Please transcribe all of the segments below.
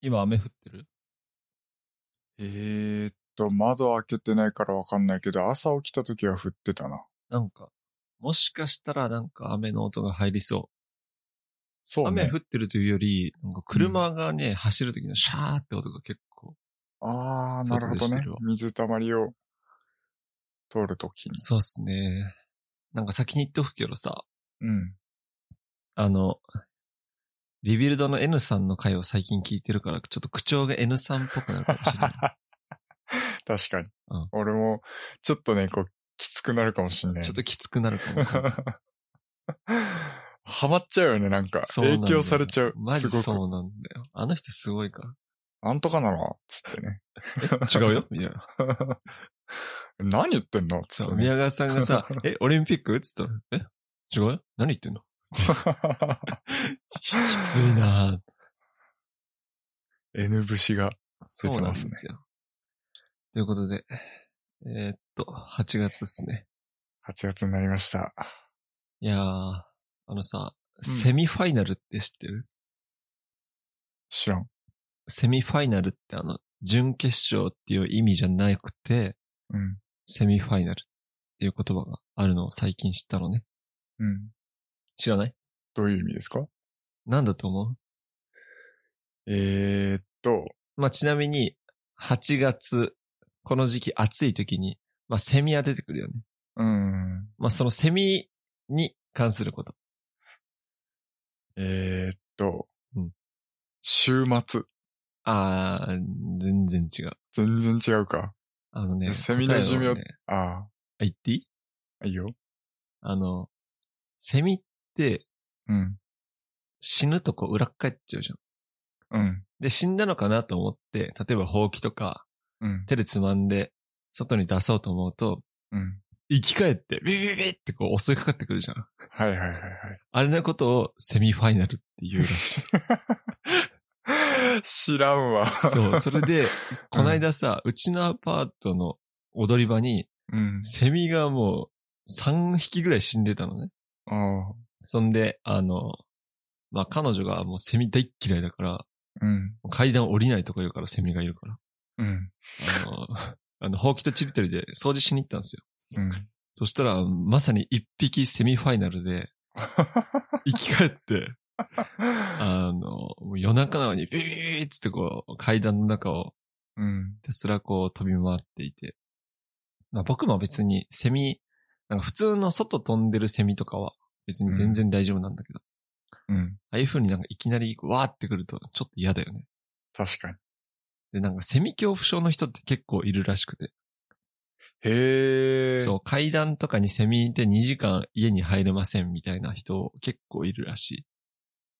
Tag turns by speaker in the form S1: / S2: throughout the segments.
S1: 今雨降ってる
S2: えーっと、窓開けてないからわかんないけど、朝起きた時は降ってたな。
S1: なんか、もしかしたらなんか雨の音が入りそう。
S2: そうね。
S1: 雨降ってるというより、なんか車がね、走る時のシャーって音が結構。
S2: あー、なるほ
S1: 外
S2: ど
S1: でし
S2: ね
S1: てるわ。
S2: 水たまりを通る時に。
S1: そうっすね。なんか先に言っとくけどさ、
S2: うん。
S1: あの、リビルドの N さんの回を最近聞いてるから、ちょっと口調が N さんっぽくなるかもし れない。
S2: 確かに。
S1: うん
S2: 俺も、ちょっとね、こう、きつくなるかもしんない。
S1: ちょっときつくなるかも。
S2: ハマっちゃうよね、なんか。
S1: そうなんだ
S2: 影
S1: よ
S2: 響されちゃう。
S1: マジ
S2: すごく。
S1: そうなんだよ。あの人すごいか
S2: なんとかなのつってね。
S1: ら。違うよみたいな。
S2: 何言ってんのつ
S1: そ
S2: って
S1: う、
S2: ね。
S1: 宮川さんが さ、え、オリンピックっつったら、え違うよ何言ってんの きついなぁ。
S2: N 節が。
S1: そうなんですよ。ということで、えーっと、8月ですね。
S2: 8月になりました。
S1: いやー、あのさ、
S2: ん
S1: セミファイナルって知ってる、
S2: 知らん。
S1: セミファイナルってあの、準決勝っていう意味じゃなくて、
S2: うん。
S1: セミファイナルっていう言葉があるのを最近知ったのね。
S2: うん。
S1: 知らない
S2: どういう意味ですか
S1: なんだと思
S2: えー、っと、
S1: うまあ、ちなみに、8月、この時期暑い時に、まあ、セミは出てくるよね。
S2: うん。
S1: まあ、そのセミに関すること。
S2: えー、っと、
S1: うん
S2: 週末。
S1: あー、全然違う。
S2: 全然違うか。
S1: あのね、
S2: セミの寿
S1: 答
S2: 命
S1: えはね
S2: あ
S1: あ言っていい
S2: あ、いいよ。
S1: あの、セミって
S2: うん。
S1: 死ぬとこう裏っ返っちゃうじゃん。
S2: うん。
S1: で、死んだのかなと思って、例えばほうきとか
S2: うん。
S1: 手でつまんで外に出そうと思うと、
S2: うん。
S1: 生き返ってビビビビってこう襲いかかってくるじゃん。
S2: はいはいはいはい。
S1: あれのことをセミファイナルって言うらしい。
S2: 知らんわ。
S1: そう、それ で、こないださ、うちのアパートの踊り場に
S2: うん。
S1: セミがもう3匹ぐらい死んでたのね。
S2: ああ。
S1: そんで、あの、まあ、彼女がもうセミ大っ嫌いだから、
S2: うん。
S1: 階段降りないとこいるから、セミがいるから。
S2: うん。
S1: あの、 あの、ほうきとちりとりで掃除しに行ったんですよ。
S2: うん。
S1: そしたら、まさに一匹セミファイナルで、生き返って、あの、もう夜中なのにビビビビッつってこう、階段の中を
S2: うん。
S1: ひたすらこう飛び回っていて。まあ、僕も別にセミ、なんか普通の外飛んでるセミとかは別に全然大丈夫なんだけど、
S2: うん。
S1: ああいう風になんかいきなりわーってくるとちょっと嫌だよね。
S2: 確かに。
S1: で、なんか、セミ恐怖症の人って結構いるらしくて。
S2: へえ。
S1: そう、階段とかにセミで2時間家に入れませんみたいな人結構いるらしい。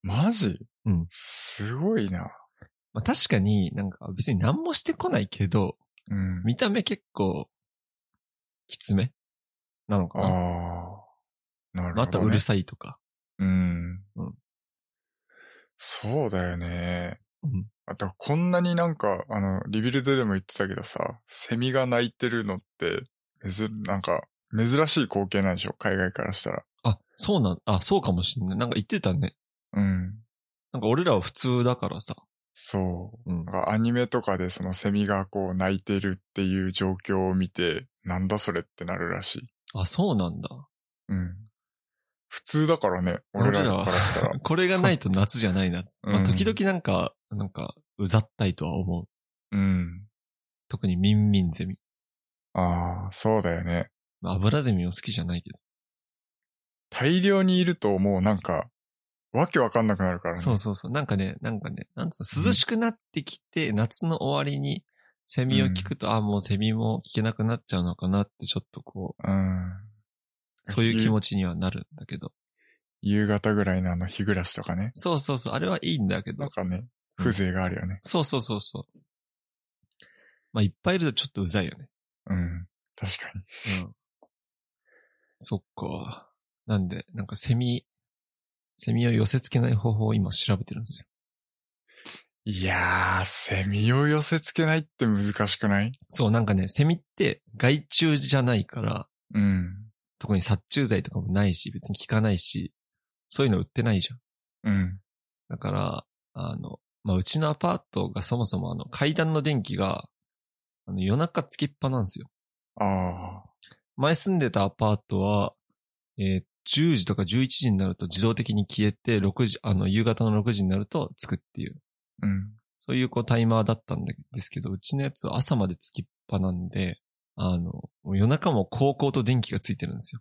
S2: マジ
S1: うん
S2: すごいな。
S1: まあ確かになんか別に何もしてこないけど、
S2: うん。
S1: 見た目結構、きつめなのか
S2: あ
S1: な。
S2: あ。なるほど、ね。
S1: またうるさいとか。
S2: うん。
S1: うん
S2: そうだよね。
S1: うん。
S2: あと、こんなになんか、あの、リビルドでも言ってたけどさ、セミが鳴いてるのって、めず、なんか、珍しい光景なんでしょ海外からしたら。
S1: あ、そうなん、あ、そうかもしんない。なんか言ってたね。
S2: うん。
S1: なんか俺らは普通だからさ。
S2: そうう。
S1: ん
S2: な。んかアニメとかでそのセミがこう鳴いてるっていう状況を見て、なんだそれってなるらしい。
S1: あ、そうなんだ。
S2: うん。普通だからね、俺
S1: 俺
S2: ら
S1: らは
S2: からしたら。
S1: これがないと夏じゃないな。まあ時々なんか、なんか、うざったいとは思う。
S2: うん。
S1: 特にミンミンゼミ。
S2: ああ、そうだよね。
S1: まあ、アブラゼミも好きじゃないけど。
S2: 大量にいるともうなんか、わけわかんなくなるからね。
S1: そうそうそう。なんかね、なんかね、なんつうの、涼しくなってきて、夏の終わりに、セミを聞くと、あ、もうセミも聞けなくなっちゃうのかなって、ちょっとこう、
S2: うん。
S1: そういう気持ちにはなるんだけど。
S2: 夕方ぐらいのあの日暮らしとかね。
S1: そうそうそう、あれはいいんだけ
S2: なん
S1: ど。
S2: かね、風情があるよね。
S1: そうそうそうそう。まあ、いっぱいいるとちょっとうざいよね。
S2: うん。確かに。
S1: うん。そっか。なんで、なんかセミ、セミを寄せ付けない方法を今調べてるんですよ。
S2: いやー、セミを寄せ付けないって難しくない
S1: そう、なんかね、セミって害虫じゃないから、
S2: うん。
S1: 特に殺虫剤とかもないし、別に効かないし、そういうの売ってないじゃん。
S2: うん。
S1: だから、あの、まあ、うちのアパートがそもそもあの階段の電気が、あの夜中つきっぱなんですよ。
S2: あ
S1: 前住んでたアパートは、えー10時とか11時になると自動的に消えて、6時、あの、夕方の6時になるとつくっていう、
S2: あ、うん。
S1: そういうこうタイマーだったんですけど、うちのやつは朝までつきっぱなんで、あの、もう夜中も高校と電気がついてるんですよ。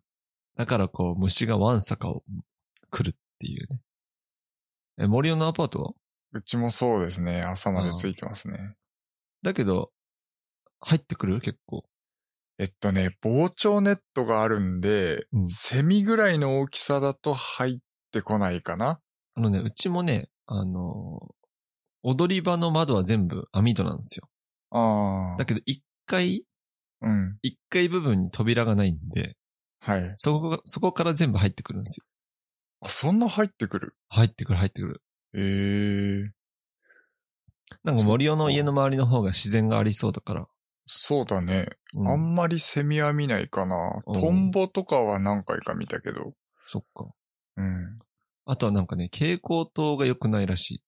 S1: だからこう虫がワンサカを来るっていうね。え、森尾のアパートは
S2: うちもそうですね。朝までついてますね。
S1: だけど、入ってくる結構。
S2: えっとね、膨張ネットがあるんで、
S1: うん
S2: セミぐらいの大きさだと入ってこないかな。
S1: あのね、うちもね、あのー踊り場の窓は全部網戸なんですよ。
S2: ああ
S1: だ。けど、一階、
S2: うん。
S1: 一階部分に扉がないんで、
S2: はい。
S1: そこが、そこから全部入ってくるんですよ。
S2: あ、そんな入ってくる
S1: 入ってくる、入ってくる。
S2: ええ
S1: なんか
S2: そっか
S1: 森尾の家の周りの方が自然がありそうだから。
S2: そうだね。
S1: うん、
S2: あんまりセミは見ないかな。
S1: うん
S2: トンボとかは何回か見たけど。
S1: そっか。
S2: うん。
S1: あとはなんかね、蛍光灯が良くないらし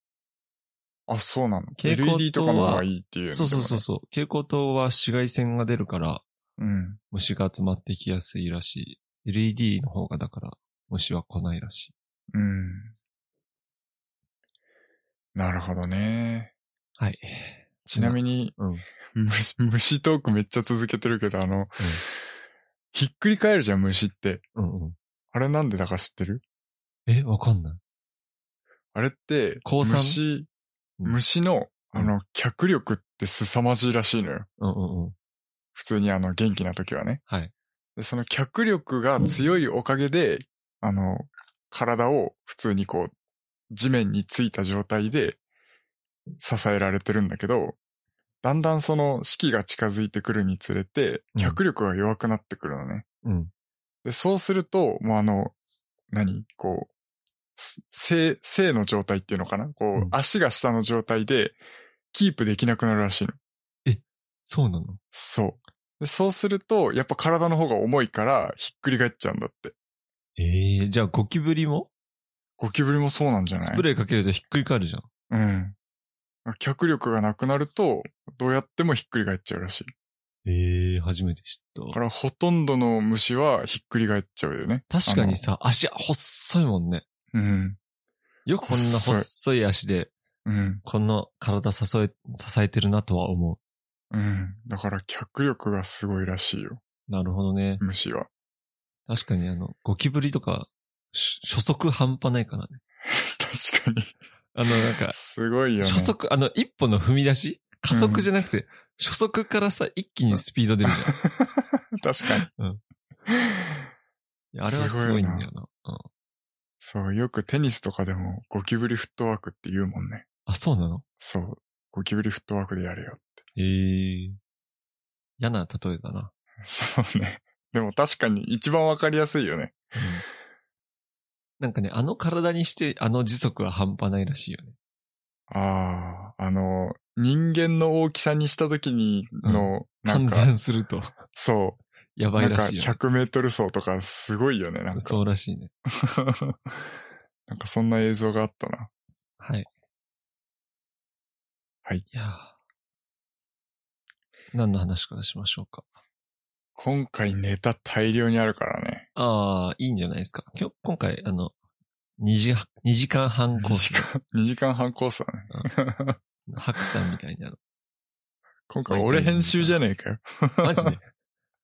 S2: あ、そうなの。
S1: 蛍光灯は
S2: LED とかの方がいいっていう、
S1: い。そうそうそう。そう。蛍光灯は紫外線が出るから、
S2: うん。
S1: 虫が集まってきやすいらしい。LED の方がだから、虫は来ないらしい。
S2: うん。なるほどね。
S1: はい。
S2: ちなみに、
S1: うん。
S2: 虫、虫トークめっちゃ続けてるけど、あの、ひっくり返るじゃん、虫って。
S1: うんうん。
S2: あれなんでだか知ってる
S1: え、わかんない。
S2: あれって、
S1: 降参
S2: 虫、
S1: うん
S2: 虫の、
S1: うん
S2: あの、脚力って凄まじいらしいのよ。
S1: うんうんうん。
S2: 普通にあの、元気な時はね。
S1: はい。
S2: で、その脚力が強いおかげで、あの、体を普通にこう、地面についた状態で支えられてるんだけど、だんだんその四季が近づいてくるにつれて、
S1: うん
S2: 脚力が弱くなってくるのね。
S1: うん。
S2: で、そうすると、もうあの、何こう、す性、性の状態っていうのかなこう、
S1: うん
S2: 足が下の状態で、キープできなくなるらしいの。
S1: そうなの
S2: そう。で、そうすると、やっぱ体の方が重いから、ひっくり返っちゃうんだって。
S1: ええじゃあゴキブリも
S2: ゴキブリもそうなんじゃない
S1: スプレーかけるとひっくり返るじゃん。
S2: うん。脚力がなくなると、どうやってもひっくり返っちゃうらしい。
S1: ええ初めて知っ
S2: だからほとんどの虫はひっくり返っちゃうよね。
S1: た。確かにさ、足、細いもんね。
S2: あの。うん。
S1: よくこんな
S2: 細い
S1: 細い足で、
S2: うん。
S1: この体支え、支えてるなとは思
S2: うん。だから脚力がすごいらしいよ。
S1: う。なるほどね。
S2: 虫は。
S1: 確かにあの、ゴキブリとか、し初速半端ないからね。
S2: 確かに。
S1: あの、なんか、
S2: すごいよね。
S1: 初速、あの、一歩の踏み出し加速じゃなくて、初速からさ、一気にスピード出るじゃ ん。
S2: 確かに。
S1: うんいやあれはすごいんだよな。うん、
S2: そう、よくテニスとかでもゴキブリフットワークって言うもんね。
S1: あ、そうなの
S2: そう。ゴキブリフットワークでやれよ。
S1: ええ嫌な例えだな。
S2: そうね。でも確かに一番わかりやすいよね。
S1: なんかね、あの体にして、あの時速は半端ないらしいよね。
S2: ああ、あの、人間の大きさにした時にの、 なん
S1: 換
S2: か、
S1: 算すると、
S2: そ
S1: や
S2: う、
S1: ば
S2: ないん
S1: ら
S2: か
S1: しいよ、ね。
S2: 100メートル走とかすごいよね、なんか。
S1: そうらしいね。
S2: なんかそんな映像があったな。
S1: はい。
S2: はい
S1: いやー何の話からしましょうか。
S2: 今回ネタ大量にあるからね。
S1: ああ、いいんじゃないですか。今日、今回、あの、2時、二時間半コ
S2: 2
S1: ー
S2: 時
S1: ス。
S2: 間、2時間半コースだね。
S1: 白さんみたいになる。
S2: 今回俺編集じゃねえかよ。
S1: マ ジで。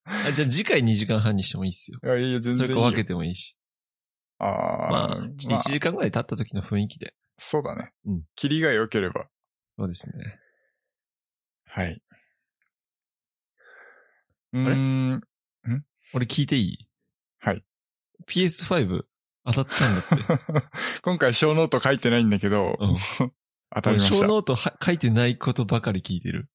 S1: あじゃあ次回2時間半にしてもいいっすよ。
S2: いや、いいよ、全
S1: それ
S2: 然い
S1: か
S2: いよ。
S1: 分けてもいいし。
S2: ああ、
S1: まあ、
S2: まあ
S1: 1時間ぐらい経った時の雰囲気で。
S2: そうだね。
S1: うん
S2: キリが良ければ。
S1: そうですね。
S2: はい。う
S1: れ
S2: ーん。
S1: 俺聞いていい
S2: はい。
S1: PS5 当たったんだって。
S2: 今回小ノート書いてないんだけど、
S1: うん
S2: 当たりまし
S1: 俺
S2: た
S1: 小。ノートは書いてないことばかり聞いてる。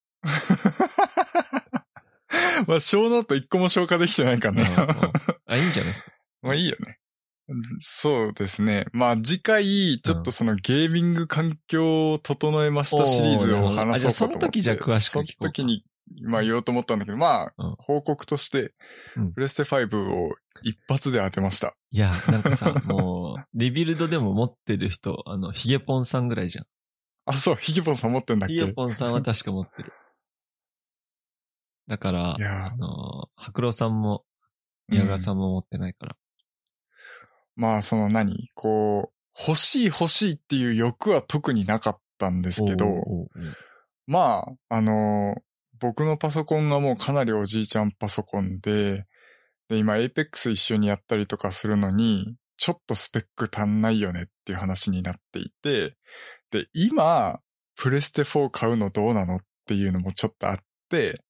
S2: まあ小ノート一個も消化できてないか
S1: うんうん
S2: な。
S1: あ、いいんじゃないですか。
S2: まあいいよね。そうですね。まあ次回、ちょっとそのゲーミング環境を整えましたシリーズを話そうかと思っ
S1: おー
S2: て。
S1: なるほどあじゃあその時じゃあ詳しく聞こうか
S2: その時に、まあ言おうと思ったんだけど、ま
S1: うん
S2: あ、報告として
S1: うん、
S2: プレステ5を一発で当てました。
S1: いや、なんかさ、もう、リビルドでも持ってる人、あの、ヒゲポンさんぐらいじゃん。
S2: あ、そう、ヒゲポンさん持ってんだっけ
S1: イヨポンさんは確か持ってる。だから
S2: い、や
S1: あの、白郎さんも、宮川さんも持ってないから。
S2: まあ、その何こう、欲しい欲しいっていう欲は特になかったんですけど、
S1: おうおうおう
S2: まあ、あのー僕のパソコンがもうかなりおじいちゃんパソコンで、で、今 Apex 一緒にやったりとかするのに、ちょっとスペック足んないよねっていう話になっていて、で、今、プレステ4買うのどうなのっていうのもちょっとあって、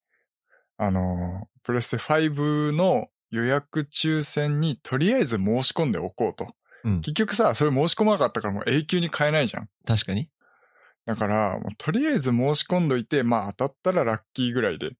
S2: あのープレステ5の予約抽選にとりあえず申し込んでおこうと。
S1: うん
S2: 結局さ、それ申し込まなかったからもう永久に買えないじゃん。
S1: 確かに。
S2: だから、もうとりあえず申し込んどいて、まあ当たったらラッキーぐらいで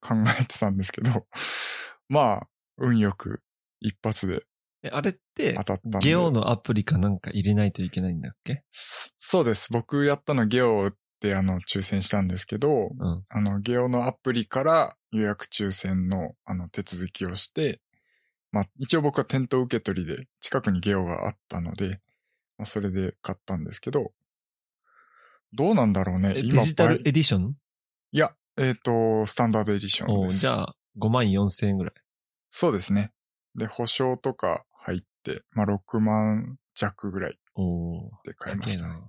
S2: 考えてたんですけど、 まあ、運よく一発で
S1: え、あれって
S2: 当、たったんで。
S1: ゲオのアプリかなんか入れないといけないんだっけ
S2: そそうです。僕やったのゲオであの抽選したんですけ
S1: う
S2: ど、
S1: ん。
S2: あのゲオのアプリから予約抽選のあの手続きをして、まあ一応僕は店頭受け取りで近くにゲオがあったので、まあそれで買ったんですけど、どうなんだろうね。
S1: えデ
S2: 今
S1: ジタ
S2: 倍
S1: ルエディション
S2: いや、えっ、と、スタンダードエディション
S1: おう
S2: です。
S1: じゃあ、5万4千円ぐらい。
S2: そうですね。で、保証とか入って、まあ、6万弱ぐらい
S1: おー。
S2: で買いました、
S1: 高え
S2: ね。
S1: な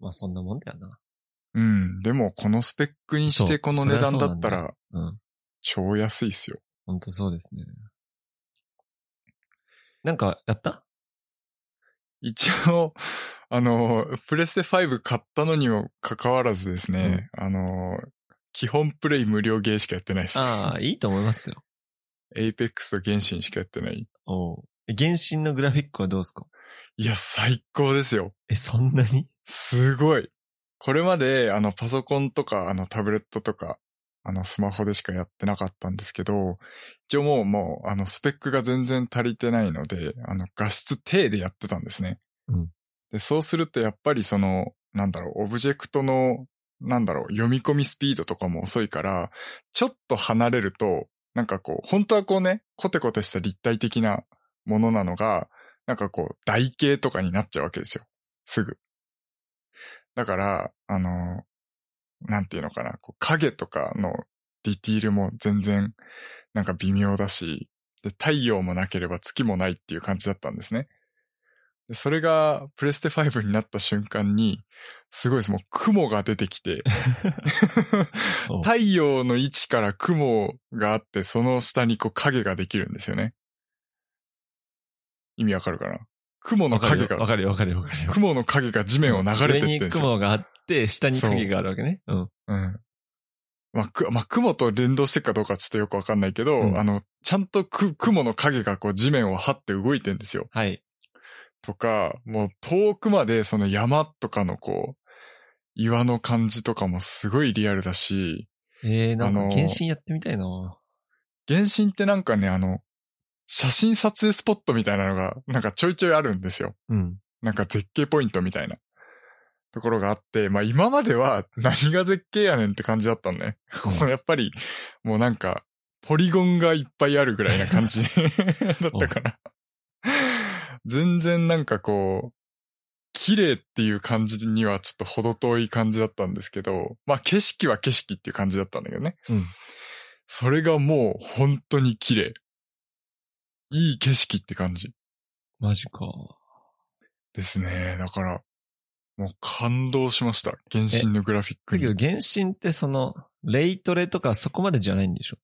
S1: まあそんなもんだよな。
S2: うん。でも、このスペックにし
S1: そ
S2: て
S1: う
S2: この値段だ
S1: そ
S2: った
S1: りゃそうなん
S2: ら、
S1: うん。
S2: 超安いっすよ。
S1: ほんとそうですね。なんか、やった
S2: 一応、あの、プレステ5買ったのにもかかわらずですね、あの、基本プレイ無料ゲーしかやってないですね。
S1: あ あ、いいと思いますよ。
S2: エイペックスと原神しかやってない。
S1: おうえ原神のグラフィックはどうですか
S2: いや、最高ですよ。
S1: え、そんなに
S2: すごい。これまで、あの、パソコンとか、あの、タブレットとか、あの、スマホでしかやってなかったんですけど、一応もう、もう、あの、スペックが全然足りてないので、あの、画質低でやってたんですね。
S1: うん
S2: で、そうすると、やっぱりその、なんだろう、オブジェクトの、なんだろう、読み込みスピードとかも遅いから、ちょっと離れると、なんかこう、本当はこうね、コテコテした立体的なものなのが、なんかこう、台形とかになっちゃうわけですよ。すぐ。だから、あの、なんていうのかな、こう影とかのディティールも全然なんか微妙だし、で、太陽もなければ月もないっていう感じだったんですね。でそれがプレステ5になった瞬間に、すごいです。もう雲が出てきて、
S1: おう
S2: 太陽の位置から雲があって、その下にこう影ができるんですよね。意味わかるかな雲の
S1: わかる
S2: 影
S1: よわ
S2: が、
S1: かるよわかるよわかるよ。
S2: 雲の影が地面を流れてって
S1: 上
S2: ん
S1: に
S2: ですよ。
S1: 雲があって、下に影があるわけね。うん。
S2: うん。まあ、く、まあ、雲と連動してるかどうかちょっとよくわかんないけど、
S1: うん
S2: あの、ちゃんとく、雲の影がこう地面を張って動いてんですよ。
S1: はい。
S2: とか、もう遠くまでその山とかのこう、岩の感じとかもすごいリアルだし、
S1: えー、なん
S2: あの
S1: か
S2: ー
S1: 原神やってみたいな
S2: 原神ってなんかね、あの、写真撮影スポットみたいなのが、なんかちょいちょいあるんですよ。
S1: うん。
S2: なんか絶景ポイントみたいなところがあって、まあ今までは何が絶景やねんって感じだったのね。
S1: う
S2: やっぱりもうなんかポリゴンがいっぱいあるぐらいな感じだったから。全然なんかこう、綺麗っていう感じにはちょっと程遠い感じだったんですけど、まあ景色は景色っていう感じだったんだけどね。
S1: うん。
S2: それがもう本当に綺麗。いい景色って感じ。
S1: マジか。
S2: ですね。だから、もう感動しました。原神のグラフィック
S1: だけ
S2: に
S1: ど。原神ってその、レイトレとかそこまでじゃないんでしょ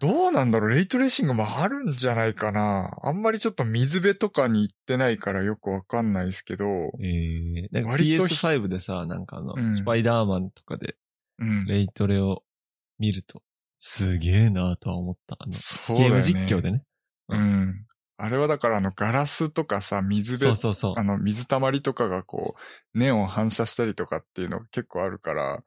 S2: どうなんだろうレイトレーシングもあるんじゃないかなあんまりちょっと水辺とかに行ってないからよくわかんないですけど。
S1: ええなんか
S2: 割とひ
S1: PS5 でさ、なんかあの、
S2: うん
S1: スパイダーマンとかで
S2: うん。
S1: レイトレを見ると、すげえなとは思った。あの、
S2: そうだ
S1: ゲ
S2: よ
S1: ー
S2: ね。
S1: ム実況でね。
S2: うん。あれはだからあのガラスとかさ、水
S1: そう
S2: 辺
S1: そうそう
S2: あ。の、水たまりとかがこう、ネオン反射したりとかっていうのが結構あるから、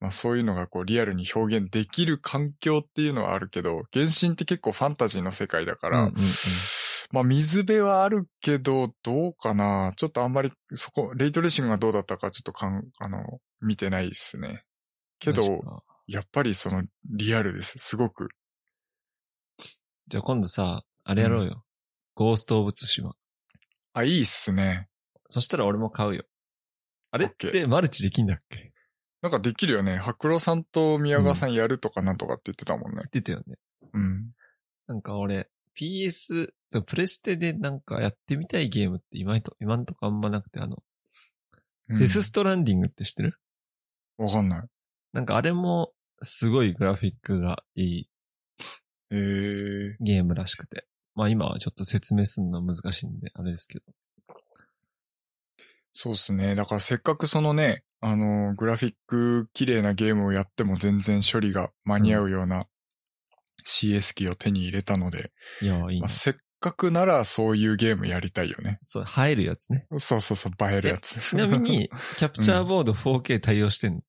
S2: まあそういうのがこうリアルに表現できる環境っていうのはあるけど、原神って結構ファンタジーの世界だか
S1: う
S2: ら、
S1: んうんうん
S2: まあ水辺はあるけど、どうかなちょっとあんまりそこ、レイトレーシングがどうだったかちょっとかん、あの、見てないですね。け
S1: マジ
S2: ど、
S1: か
S2: やっぱりそのリアルです。すごく。
S1: じゃあ今度さ、あれやろうよ。ゴースト・オブ・ツシマ。
S2: あ、いいっすね。
S1: そしたら俺も買うよ。あれっ
S2: OK
S1: てマルチできんだっけって
S2: なんかできるよね。白郎さんと宮川さんやるとかなんとかって言ってたもんね。
S1: 言ってたよね。
S2: うん。
S1: なんか俺、PS、そうプレステでなんかやってみたいゲームって今と、今んとこあんまなくて、あの、
S2: うん
S1: デスストランディングって知ってる
S2: わかんない。
S1: なんかあれも、すごいグラフィックがいい
S2: えー、
S1: ゲームらしくて。まあ今はちょっと説明するのは難しいんで、あれですけど。
S2: そうっすね。だからせっかくそのね、あのーグラフィック綺麗なゲームをやっても全然処理が間に合うような CS 機を手に入れたので、
S1: いやー、いいな
S2: まあ、。せっかくならそういうゲームやりたいよね。
S1: そう、入るやつ ね。
S2: そうそうそう、映えるやつ。
S1: ちなみ、に、キャプチャーボード 4K 対応してんの。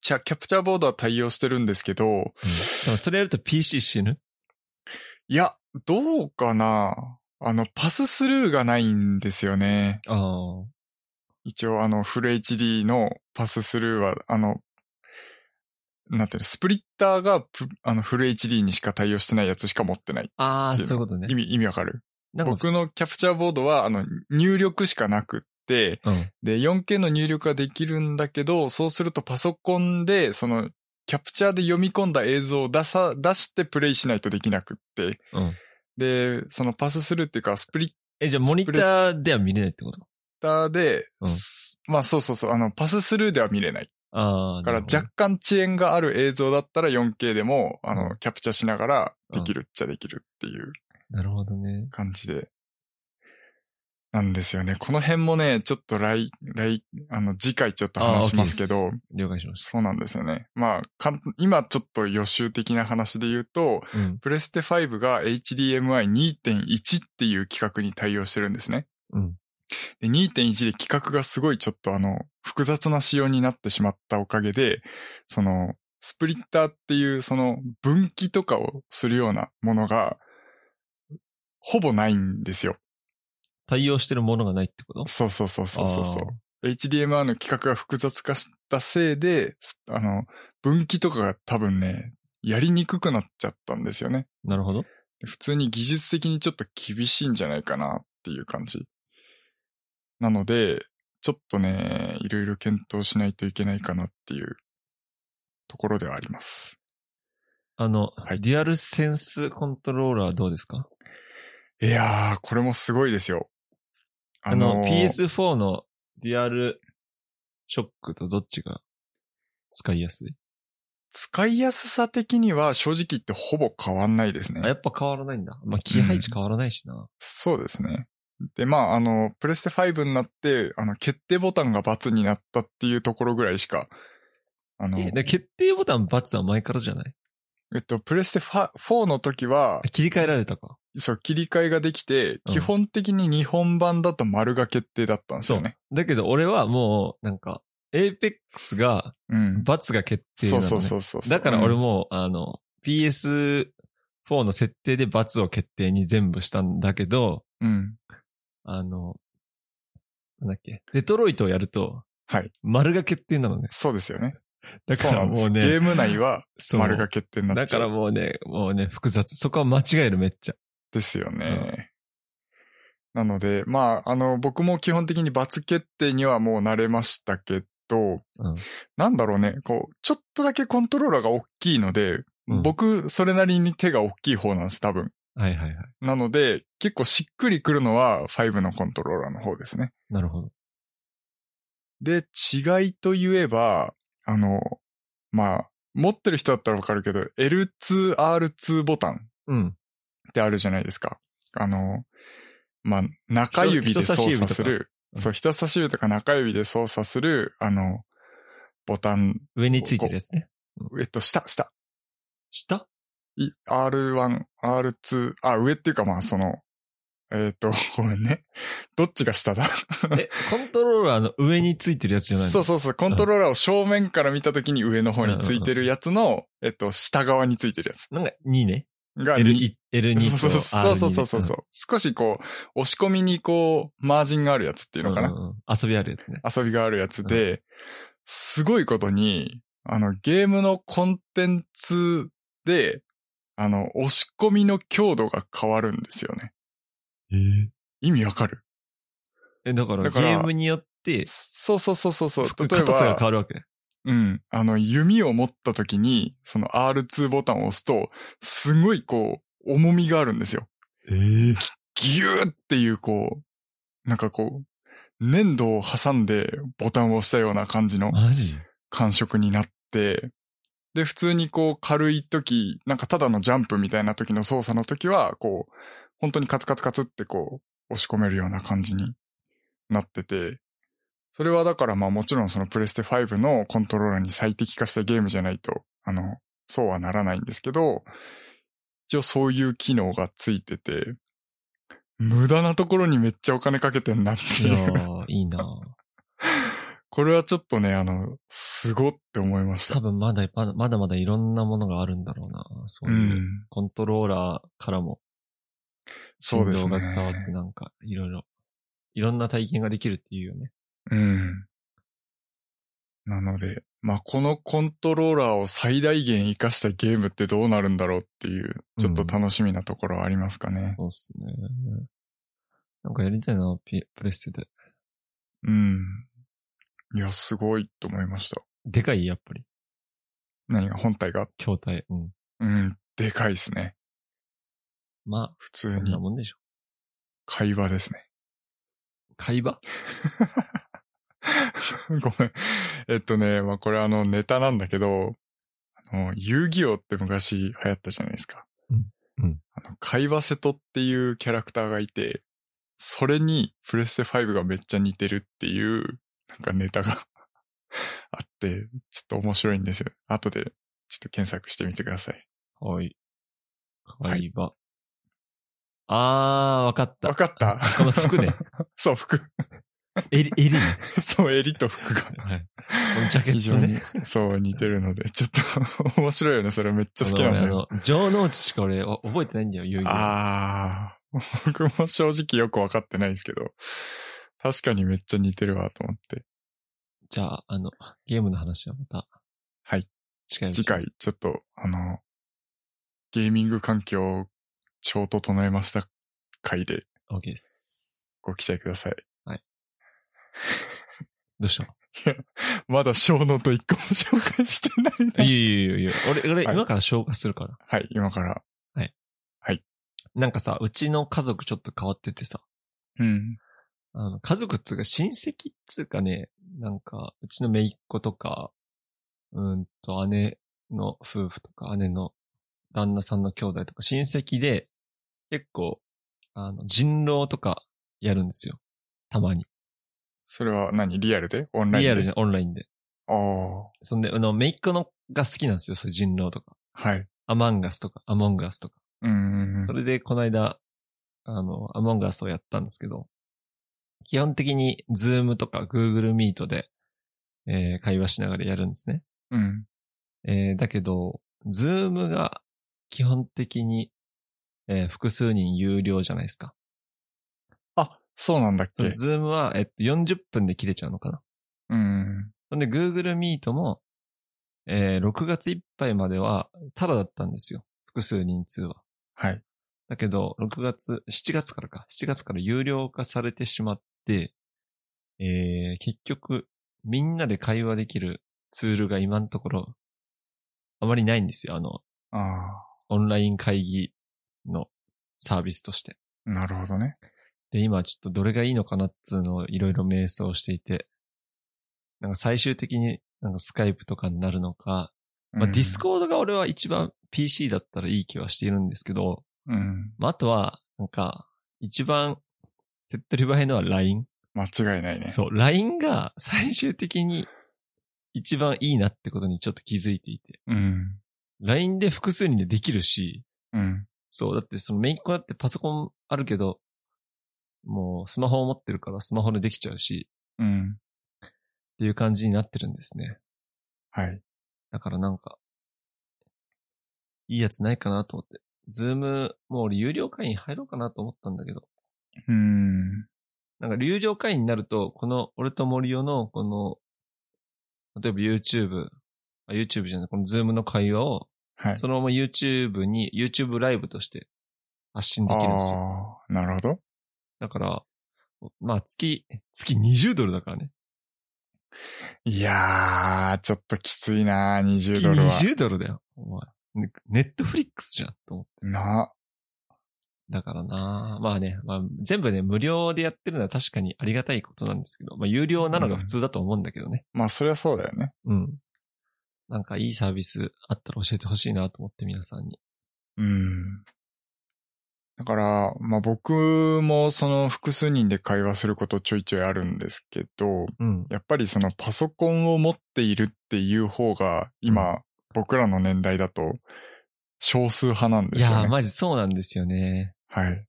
S2: じゃあキャプチャーボードは対応してるんですけど、
S1: でもそれやると PC 死ぬ
S2: いや、どうかなあの、パススルーがないんですよね。
S1: ああ。
S2: 一応、あの、フル HD のパススルーは、あの、なんていうの、スプリッターがプあのフル HD にしか対応してないやつしか持ってない。
S1: ああ、そういうことね
S2: 意。味、意味わかる
S1: なんか
S2: 僕、のキャプチャーボードは、あの、入力しかなくって、
S1: うん。
S2: で、4K の入力ができるんだけど、そうするとパソコンで、その、キャプチャーで読み込んだ映像を出さ、出してプレイしないとできなくって、
S1: うん。
S2: で、そのパススルーっていうか、スプリッ
S1: え、じゃあモニターでは見れないってこと
S2: ターで、
S1: うん
S2: すまあそうそうそう、あの、パススルーでは見れない。
S1: ああ。
S2: だか
S1: な
S2: ら
S1: るほど
S2: 若干遅延がある映像だったら 4K でも、あの、キャプチャーしながらできるっちゃできるっていう
S1: なるほどね。
S2: 感じで。なんですよね。この辺もね、ちょっと来、来、あの、次回ちょっと話しますけ
S1: あー
S2: ど、
S1: 了解しまし
S2: そうなんですよね。まあ、かん今ちょっと予習的な話で言うと、
S1: た。うん。
S2: プレステ5が HDMI2.1 っていう規格に対応してるんですね。
S1: うん。
S2: で、2.1で規格がすごいちょっとあの、複雑な仕様になってしまったおかげで、その、スプリッターっていうその分岐とかをするようなものが、ほぼないんですよ。
S1: 対応してるものがないってこと
S2: そうそうそうそうそうそう
S1: あー。
S2: HDMR の規格が複雑化したせいで、すあの、分岐とかが多分ね、やりにくくなっちゃったんですよね。
S1: なるほど。
S2: で普通に技術的にちょっと厳しいんじゃないかなっていう感じ。なので、ちょっとね、いろいろ検討しないといけないかなっていうところではあります。
S1: あの、
S2: はい
S1: デュアルセンスコントローラーどうですか
S2: いやー、これもすごいですよ。
S1: あの、PS4 のデュアルショックとどっちが使いやすい
S2: 使いやすさ的には正直言ってほぼ変わんないですね
S1: あ、や。っぱ変わらないんだ。まあ、キー配置変わらないしな。
S2: そうですね。で、まあ、あの、プレステ5になって、あの、決定ボタンが×になったっていうところぐらいしか、あの、
S1: えで決定ボタン×は前からじゃない
S2: えっと、プレステ4の時は
S1: あ、切り替えられたか。
S2: そう、切り替えができ
S1: う
S2: て、
S1: ん
S2: 基本的に日本版だと丸が決定だったんですよね。
S1: だけど俺はもう、なんか、エイペックスが、
S2: うん。
S1: ×が決定な
S2: そ
S1: の、
S2: う
S1: ね。
S2: そうそうそう。
S1: だから俺も、あの、PS4 の設定で×を決定に全部したんだけど、
S2: うん。うん。
S1: あの、なんだっけ、デトロイトをやると、
S2: はい。
S1: 丸が決定なのね。
S2: そうですよね。
S1: だからも
S2: そうなんですゲ
S1: ね
S2: ー、ム内は
S1: そう
S2: 丸が決定になっ
S1: だ
S2: ちゃ
S1: か
S2: う。
S1: らもうね、もうね、複雑。そこは間違えるめっちゃ。
S2: ですよね。なので、まあ、あの、僕も基本的に罰決定にはもう慣れましたけど、
S1: うん
S2: なんだろうね、こう、ちょっとだけコントローラーが大きいので、
S1: うん
S2: 僕、それなりに手が大きい方なんです、多分。
S1: はいはいはい。
S2: なので、結構しっくりくるのは5のコントローラーの方ですね。
S1: なるほど。
S2: で、違いといえば、あの、まあ、持ってる人だったらわかるけど、L2、R2 ボタン
S1: うん。
S2: ってあるじゃないですか。あの、まあ、中指で操作する、
S1: 人
S2: そう、人差し指とか中指で操作する、あの、ボタン、
S1: 上についてるやつね。
S2: えっと、下、下。
S1: 下
S2: い R1、R2、あ、上っていうかまあ、その、えっと、 ごめんね。どっちが下だ
S1: え、コントローラーの上についてるやつじゃないの
S2: そうそうそう。コントローラーを正面から見たときに上の方についてるやつの、えっと、下側についてるやつ
S1: なんか2ね。
S2: がに
S1: L1、L2 と
S2: そう
S1: R2 ね。
S2: そうそうそうそうそう。少しこう、押し込みにこう、マージンがあるやつっていうのかな。
S1: うんうんうん遊びあるやつね。
S2: 遊びがあるやつで、すごいことに、あの、ゲームのコンテンツで、あの、押し込みの強度が変わるんですよね。
S1: え
S2: 意味わかる
S1: え、だから
S2: だから
S1: ゲームによっって、
S2: そうそうそうそうそう。例え
S1: 硬さが変
S2: ば、
S1: わるわけね。
S2: うん。あの、弓を持った時に、その R2 ボタンを押すと、すごいこう、重みがあるんですよ。
S1: ええ
S2: ギューっていうこう、なんかこう、粘土を挟んでボタンを押したような感じの
S1: マジ
S2: 感触になって、で、普通にこう軽い時、なんかただのジャンプみたいな時の操作の時は、こう、本当にカツカツカツってこう、押し込めるような感じになってて、それはだからまあもちろんそのプレステ5のコントローラーに最適化したゲームじゃないと、あの、そうはならないんですけど、一応そういう機能がついてて、無駄なところにめっちゃお金かけてんなって
S1: い
S2: い
S1: や
S2: う。
S1: ー、いいなぁ
S2: これはちょっとね、あの、すごって思いました
S1: 多。分まだ、まだまだまだいろんなものがあるんだろうなそう
S2: う
S1: いう、
S2: ん。
S1: コントローラーからも、
S2: そうですね
S1: が伝わってなんか、いろいろ、いろんな体験ができるっていうよね。
S2: うん。なので、まあ、このコントローラーを最大限活かしたゲームってどうなるんだろうっていう、ちょっと楽しみなところはありますかね。
S1: そうっすね。なんかやりたいなピプレステで。
S2: うん。いや、すごいと思いました。
S1: でかいやっぱり、
S2: 何が本体が、
S1: 筐体。うん。
S2: うん、でかいですね。
S1: ま
S2: 普
S1: あ、
S2: 通
S1: そんな
S2: に
S1: もんでしょ。
S2: 会話ですね。
S1: 会話
S2: ごめん。えっとね、まあ、これあのネタなんだけど、あの、遊戯王って昔流行ったじゃないですか。
S1: うんうん
S2: あの、カイバセトっていうキャラクターがいて、それにプレステ5がめっちゃ似てるっていう、なんかネタが あって、ちょっと面白いんですよ。後で、ちょっと検索してみてください。
S1: はい。
S2: は
S1: 会話。あー、わかった。
S2: わかった
S1: この服ね。
S2: そう、服。
S1: 襟、襟ね。
S2: そう、襟と服が。
S1: はい。このジャケットね。
S2: 非常にそう、似てるので、ちょっと 面白いよね。それめっちゃ好きなんだよ。
S1: あの、城之内しか俺、お覚えてないんだよ、遊戯王。
S2: ああ、 僕も正直よくわかってないんですけど、確かにめっちゃ似てるわと思って、
S1: じゃあ、あの、ゲームの話はまた。
S2: はい。
S1: 近い。
S2: 次。回ちょっと、あの、ゲーミング環境を超整えました回で
S1: OK です。
S2: ご期待ください。
S1: どうした
S2: まだ小ノート1個も紹介してない
S1: いや
S2: な。
S1: いやいやいや、俺、俺、
S2: はい
S1: 今から消化するから。
S2: はい、今から。
S1: なんかさ、うちの家族ちょっと変わっててさ、
S2: うん。
S1: あの、家族っつうか親戚っつうかね、なんか、うちの姪っ子とか、うーんと、姉の夫婦とか、姉の旦那さんの兄弟とか、親戚で、結構、あの、人狼とかやるんですよ。たまに。
S2: それは何リアルでオンライ
S1: リ
S2: ンで
S1: アルじゃん、オンラインで。
S2: ああ、
S1: そんで、あの、姪っ子のが好きなんですよ、そういう人狼とか。
S2: はい。
S1: アマンガスとか、アモンガスとか。
S2: うんうんうん
S1: そ。れで、この間、あの、アモンガスをやったんですけど、基本的に、ズームとか、グーグルミートで、えー会話しながらやるんですね。
S2: うん。
S1: えーだけど、ズームが、基本的に、えー複数人有料じゃないですか。
S2: あ、そうなんだっ
S1: その
S2: け
S1: ズームは、えっと、40分で切れちゃうのかな。
S2: うん。
S1: そんで、Google Meet も、えー6月いっぱいまでは、ただだったんですよ。複数人数は。
S2: はい。
S1: だけど、6月、7月からか、7月から有料化されてしまって、えー、結局、みんなで会話できるツールが今のところ、あまりないんですよ。あの、
S2: ああ、
S1: オンライン会議のサービスとして。
S2: なるほどね。
S1: で、今ちょっとどれがいいのかなっつうのをいろいろ瞑想していて、なんか最終的になんかスカイプとかになるのか、まあ
S2: うん
S1: ディスコードが俺は一番 PC だったらいい気はしているんですけど、
S2: うん。
S1: まああとは、なんか、一番手っ取り早いのは LINE。
S2: 間違いないね。
S1: そう、LINE が最終的に一番いいなってことにちょっと気づいていて、
S2: うん。
S1: LINE で複数人でできるし、
S2: うん。
S1: そう、だってそのメインっ子だってパソコンあるけど、もうスマホを持ってるからスマホでできちゃうし、
S2: うん。
S1: っていう感じになってるんですね。
S2: はい。
S1: だからなんか、いいやつないかなと思って。ズーム、もう俺有料会員入ろうかなと思ったんだけど、
S2: うーん。
S1: なんか有料会員になると、この俺と森尾のこの、例えば YouTube、あ YouTube じゃない、このズームの会話を、
S2: はい。
S1: そのまま YouTube に、YouTube ライブとして発信できるんですよ。
S2: ああ、なるほど。
S1: だから、まあ月、月20ドルだからね。
S2: いやー、ちょっときついなー、20ドルは。
S1: 20ドルだよ。お前。ネットフリックスじゃん、と思って。
S2: な、
S1: だからなまあね、まあ全部ね、無料でやってるのは確かにありがたいことなんですけど、まあ有料なのが普通だと思うんだけどね。
S2: まあそりゃそうだよね。
S1: うん。なんかいいサービスあったら教えてほしいなと思って皆さんに。
S2: うん。だから、まあ僕もその複数人で会話することちょいちょいあるんですけど、
S1: うん。
S2: やっぱりそのパソコンを持っているっていう方が今僕らの年代だと少数派なんで
S1: い
S2: すよ
S1: や
S2: ね
S1: ー、。マジそうなんですよね。
S2: はい。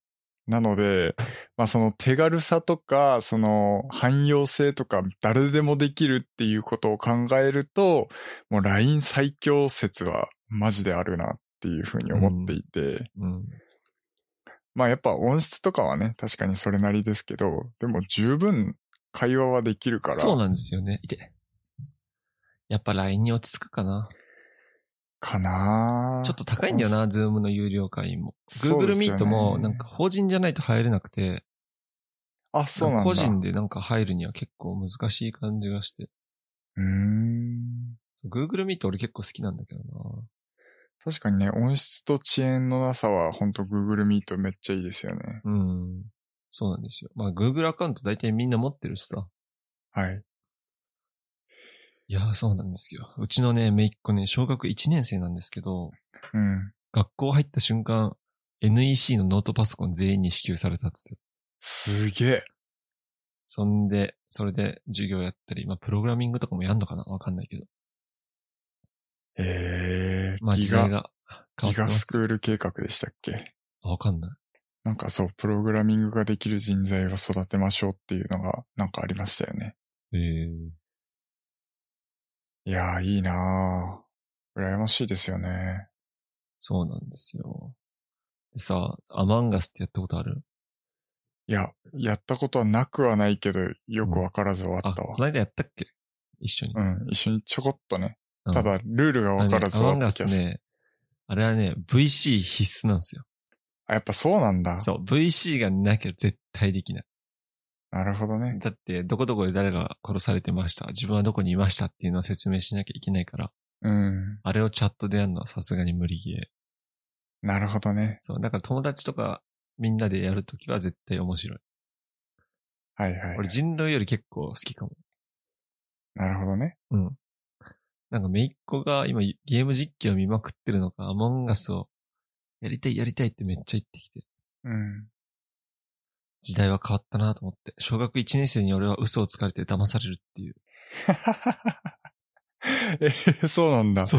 S2: なので、まあその手軽さとか、その汎用性とか、誰でもできるっていうことを考えると、もう LINE 最強説はマジであるなっていうふうに思っていて、
S1: うん。
S2: まあやっぱ音質とかはね、確かにそれなりですけど、でも十分会話はできるから、
S1: そうなんですよね。いて。やっぱ LINE に落ち着くかな。
S2: かな
S1: ちょっと高いんだよな、Zoom の有料会員も。
S2: そう
S1: Google
S2: ですよね
S1: Meet もなんか法人じゃないと入れなくて、
S2: あ、そうなんだ。
S1: 個人でなんか入るには結構難しい感じがして。
S2: うーん。
S1: Google Meet 俺結構好きなんだけどな。
S2: 確かにね、音質と遅延のなさは、ほんと Google Meet めっちゃいいですよね。
S1: うん。そうなんですよ。まあ、Google アカウント大体みんな持ってるしさ。
S2: はい。
S1: いやー、そうなんですよ。うちのね、めいっ子ね、小学1年生なんですけど、
S2: うん。
S1: 学校入った瞬間、NEC のノートパソコン全員に支給されたっつって。
S2: すげえ。
S1: そんで、それで授業やったり、まあ、プログラミングとかもやんのかなわかんないけど。
S2: え
S1: まあ、
S2: ギ
S1: 時
S2: ガ、
S1: 代が変わ
S2: ギ
S1: って
S2: ガ
S1: ま
S2: ス
S1: す。
S2: クール計画でしたっけ
S1: あわかんない。
S2: なんかそう、プログラミングができる人材を育てましょうっていうのがなんかありましたよね。
S1: え
S2: いやー、いいなー羨ましいですよね。
S1: そうなんですよ。でさ、アマンガスってやったことある
S2: いや、やったことはなくはないけど、よくわからず終わ
S1: あ、
S2: ったわ
S1: こ。の間やったっけ一緒に。
S2: うん、一緒にちょこっとね。
S1: うん
S2: ただ、ルールがわからず
S1: あのねア
S2: 終
S1: マン
S2: わ
S1: ガ
S2: った気
S1: ス
S2: がする。
S1: ね、あれはね、VC 必須なんですよ。
S2: あ、やっぱそうなんだ。
S1: そう、VC がなきゃ絶対できない。
S2: なるほどね。
S1: だって、どこどこで誰が殺されてました、自分はどこにいましたっていうのを説明しなきゃいけないから、
S2: うん。
S1: あれをチャットでやるのはさすがに無理ゲー。
S2: なるほどね。
S1: そう、だから友達とかみんなでやるときは絶対面白い。
S2: はいはい、は
S1: 俺
S2: い。
S1: 人狼より結構好きかも。
S2: なるほどね。
S1: うん。なんかめいっ子が今ゲーム実況見まくってるのか、アモンガスをやりたいやりたいってめっちゃ言ってきて、
S2: うん。
S1: 時代は変わったなと思って、小学1年生に俺は嘘をつかれて騙されるっていう。
S2: え、そうなんだ。
S1: うだ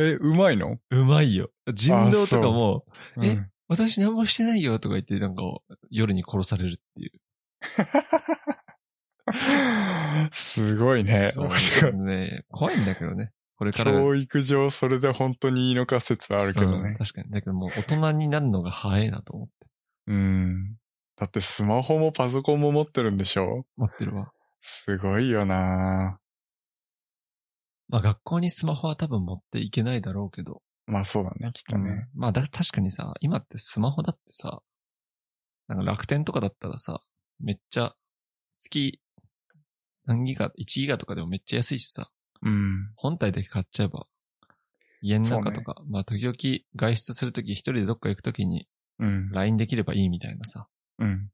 S2: え、うまいの
S1: うまいよ。人狼とかも、
S2: うん
S1: え私何もしてないよとか言って、なんか、夜に殺されるっていう。
S2: すごいね。
S1: そうね。怖いんだけどね。これからが。
S2: 教育上それで本当にいいのか説はあるけど
S1: うん
S2: ね。
S1: 確かに。だけどもう大人になるのが早いなと思って。
S2: うん。だってスマホもパソコンも持ってるんでしょ
S1: 持ってるわ。
S2: すごいよな
S1: まあ学校にスマホは多分持っていけないだろうけど。
S2: まあそうだね、きっとね。
S1: まあだ、確かにさ、今ってスマホだってさ、なんか楽天とかだったらさ、めっちゃ、月、何ギガ、1ギガとかでもめっちゃ安いしさ、
S2: うん。
S1: 本体だけ買っちゃえば、家の
S2: そう
S1: 中
S2: ね
S1: とか、まあ時々外出するとき一人でどっか行くときに
S2: うん。
S1: LINE できればいいみたいなさ、
S2: うん。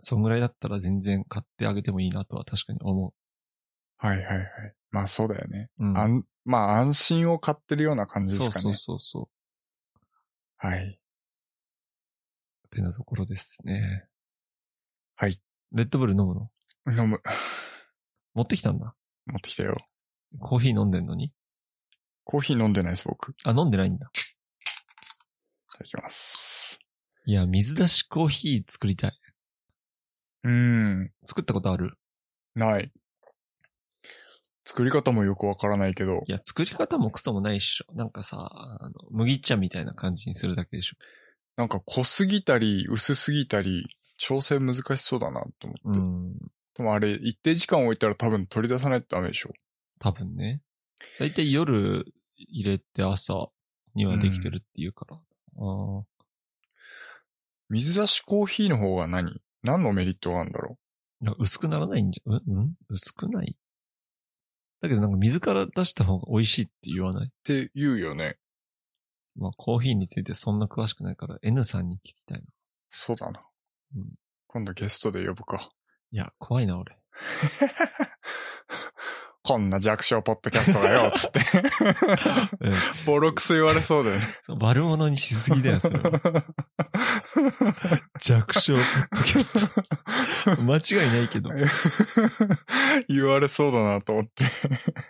S1: そんぐらいだったら全然買ってあげてもいいなとは確かに思
S2: はいはいはい。まあそうだよね。
S1: う。うん。
S2: あんまあ安心を買ってるような感じで
S1: そ
S2: す
S1: う
S2: かね。
S1: そうそうそう。
S2: はい。
S1: ってなところですね。
S2: はい。
S1: レッドブル飲むの
S2: 飲む。
S1: 持ってきたんだ。
S2: 持ってきたよ。
S1: コーヒー飲んでんのに
S2: コーヒー飲んでないです、僕。い
S1: あ、飲んでないんだ。
S2: ただきます。
S1: いや、水出しコーヒー作りたい。
S2: うん。
S1: 作ったことある
S2: ない。作り方もよくわからないけど
S1: い、や、作り方もクソもないっしょ。なんかさ、あの、麦茶みたいな感じにするだけでしょ。
S2: なんか濃すぎたり、薄すぎたり、調整難しそうだなと思
S1: う
S2: って。
S1: ん。
S2: でもあれ、一定時間置いたら多分取り出さないとダメでしょ。
S1: 多分ね。だいたい夜入れて朝にはできてるっていうから。ああ。
S2: 水出しコーヒーの方が何何のメリットがあるんだろ
S1: なんか薄くならないんじゃ、うん、うん薄くないだけどなんか水から出した方が美味しいって言わない
S2: て言うよね。
S1: まあコーヒーについてそんな詳しくないから N さんに聞きたいな。
S2: そうだな。
S1: うん
S2: 今度ゲストで呼ぶか。
S1: いや、怖いな俺。
S2: こんな弱小ポッドキャスト だよ、つって。
S1: うん
S2: ボロクソ言われそうだよ ね。
S1: そう悪者にしすぎだよ、それ は。弱小ポッドキャスト。間違いないけど。
S2: 言われそうだなと思って。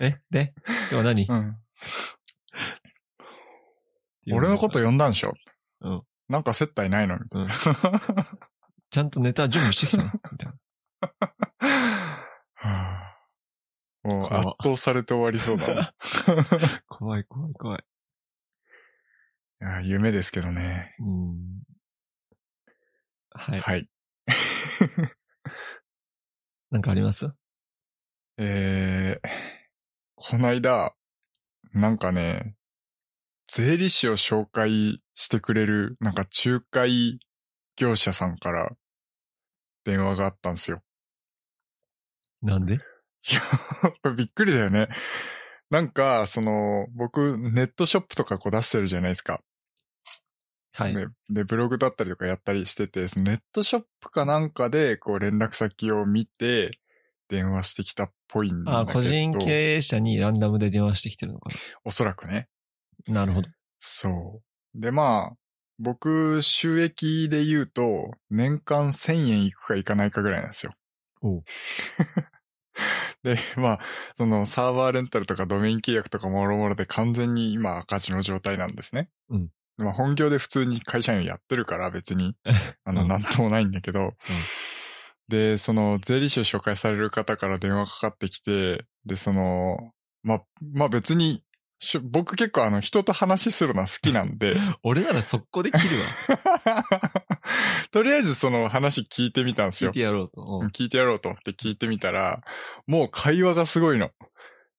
S1: えででは何、
S2: うん。俺のこと呼んだんでしょ
S1: うん。
S2: なんか接待ないのみたいな。
S1: ちゃんとネタ準備してきたのみたいな。
S2: はあもう
S1: 怖
S2: 圧倒されて終わりそう だな。
S1: 怖い怖い怖い。
S2: いや夢ですけどね。
S1: うん。はい。
S2: はい。
S1: なんかあります
S2: えー、こないだ、なんかね、税理士を紹介してくれる、なんか仲介業者さんから電話があったんですよ。
S1: なんで
S2: いや、 これびっくりだよね。なんか、その、僕、ネットショップとかこう出してるじゃないですか。
S1: はい。
S2: で、でブログだったりとかやったりしてて、そのネットショップかなんかで、こう連絡先を見て、電話してきたっぽいんだ
S1: あ、
S2: けど。
S1: 個人経営者にランダムで電話してきてるのか
S2: おそらくね。
S1: な。なるほど。
S2: そう。で、まあ、僕、収益で言うと、年間1000円いくかいかないかぐらいなんですよ。
S1: おう
S2: で、まあ、そのサーバーレンタルとかドメイン契約とかもろもろで完全に今赤字の状態なんですね。
S1: うん
S2: まあ本業で普通に会社員をやってるから別 に、あの、
S1: うん
S2: なんともないんだけど、で、その税理士を紹介される方から電話かかってきて、で、その、まあ、まあ別に、しょ僕結構あの人と話するのは好きなんで、
S1: 俺なら速攻で切るわ。
S2: とりあえずその話聞いてみたんで
S1: 聞
S2: す
S1: い
S2: よ
S1: て。やろうと。うん
S2: 聞いてやろうと思って聞いてみたら、もう会話がすごいの。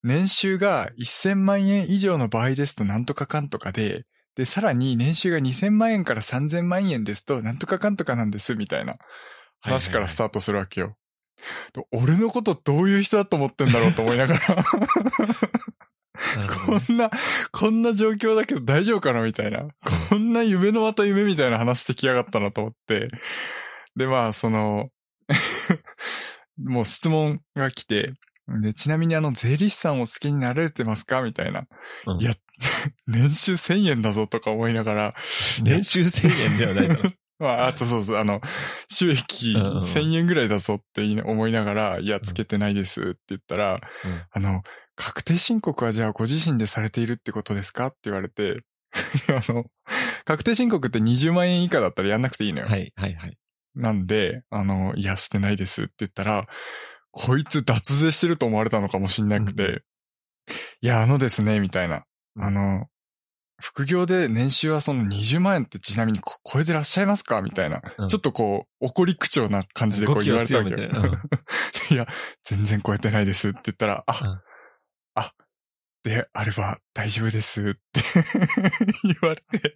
S2: 年収が1000万円以上の場合ですとなんとかかんとかで、で、さらに年収が2000万円から3000万円ですとなんとかかんとかなんですみたいな話からスタートするわけよ。で俺のことどういう人だと思ってんだろうと思いながら、
S1: なるほどね
S2: こんな、こんな状況だけど大丈夫かなみたいな。こんな夢のまた夢みたいな話してきやがったなと思って。で、まあ、その、 もう質問が来て、で、ちなみにあの、税理士さんを好きになられてますかみたいな。
S1: うん
S2: いや、 年収1000円だぞとか思いながら、
S1: 年収1000円ではないから。
S2: まあ、あとそうそう、あの、収益
S1: うんうん
S2: 1000円ぐらいだぞってい思いながら、いや、つけてないですって言ったら、
S1: うん
S2: あの、確定申告はじゃあご自身でされているってことですかって言われて、 あの、確定申告って20万円以下だったらやんなくていいの よ。
S1: はい、はい、はい。
S2: なんで、あの、いや、してないですって言ったら、こいつ脱税してると思われたのかもしんなくて、
S1: うん
S2: いや、あのですね、みたいな。
S1: うん
S2: あの、副業で年収はその20万円ってちなみにこ超えてらっしゃいますかみたいな、
S1: うん
S2: ちょっとこう、怒り口調な感じでこう言われたわけよ。
S1: 動きを強めて
S2: いや、全然超えてないですって言ったら、あ、
S1: うん
S2: あ、であれば大丈夫ですって 言われて、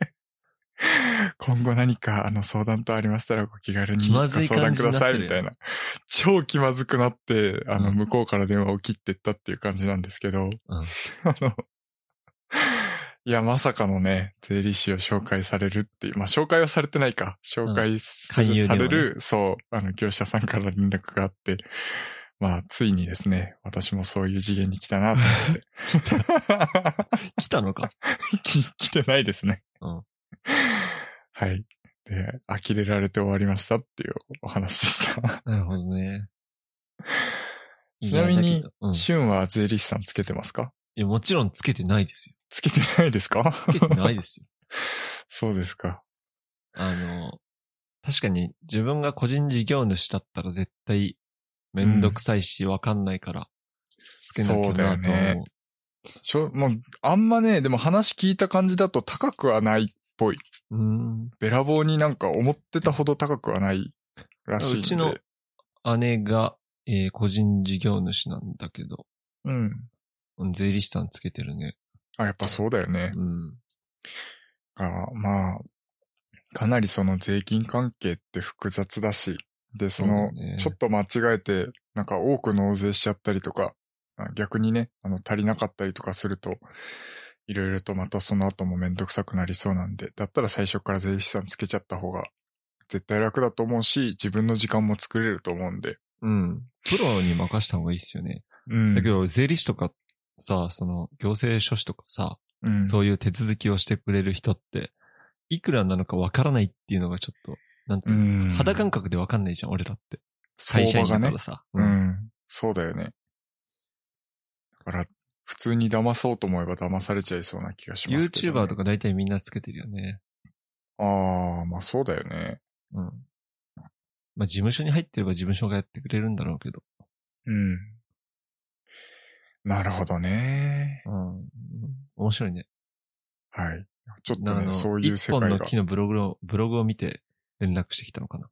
S2: 今後何かあの相談とありましたらご気軽に
S1: 気
S2: ご
S1: まずい
S2: 相談
S1: 感
S2: く
S1: じに
S2: だ
S1: なって
S2: さ
S1: る
S2: い
S1: よ
S2: みたいな。超気まずくなって、あの、
S1: うん
S2: 向こうから電話を切ってったっていう感じなんですけど、あの、いや、まさかのね、税理士を紹介されるっていう、まあ、紹介はされてないか、紹介する
S1: 勧誘
S2: さ
S1: 電話ね
S2: れる、そう、あの、業者さんから連絡があって、まあ、ついにですね、私もそういう次元に来たな と思って。
S1: 来たのか。
S2: き 来てないですね。
S1: うん
S2: はい。で、呆れられて終わりましたっていうお話でした。
S1: なるほどね。
S2: ちなみに
S1: いやだけどうん、い
S2: シュンは税理士さんつけてますか
S1: やもちろんつけてないですよ。
S2: つけてないですか
S1: つけてないですよ。
S2: そうですか。
S1: あの、確かに自分が個人事業主だったら絶対めんどくさいしわかんないから、つけなきゃ
S2: そうだよ
S1: なとは思
S2: ね
S1: う。
S2: しょ、もう、あんまね、でも話聞いた感じだと高くはない。
S1: うーん
S2: べらぼうになんか思ってたほど高くはないらしいんで。
S1: うちの姉が、えー個人事業主なんだけど、
S2: うん。
S1: うん税理士さんつけてるね。
S2: あ、やっぱそうだよね。
S1: うん。
S2: が、まあ、かなりその税金関係って複雑だし、で、その
S1: そうだね、
S2: ちょっと間違えて、なんか多く納税しちゃったりとか、あ逆にね、あの、足りなかったりとかすると、いろいろとまたその後もめんどくさくなりそうなんで、だったら最初から税理士さんつけちゃった方が絶対楽だと思うし、自分の時間も作れると思うんで。
S1: うん。プロに任した方がいいっすよね。
S2: うん。
S1: だけど、税理士とかさ、その、行政書士とかさ、
S2: うん、
S1: そういう手続きをしてくれる人って、いくらなのかわからないっていうのがちょっと、なんつうの、
S2: うん
S1: 肌感覚でわかんないじゃん、俺らって。会社
S2: 相
S1: 員
S2: 場
S1: だか
S2: がね
S1: ら。さ。
S2: う
S1: うん
S2: ん。そうだよね。だから、普通に騙そうと思えば騙されちゃいそうな気がしますけど、ね。
S1: YouTuber とか大体みんなつけてるよね。
S2: ああ、まあそうだよね。
S1: うん。まあ、事務所に入ってれば事務所がやってくれるんだろうけど。
S2: うん。なるほどね。
S1: うん。面白いね。
S2: はい。ちょっ
S1: あ
S2: とね、
S1: の
S2: そういう世
S1: 一本
S2: 界が
S1: の。木のブログを、ブログを見て連絡してきたのかな。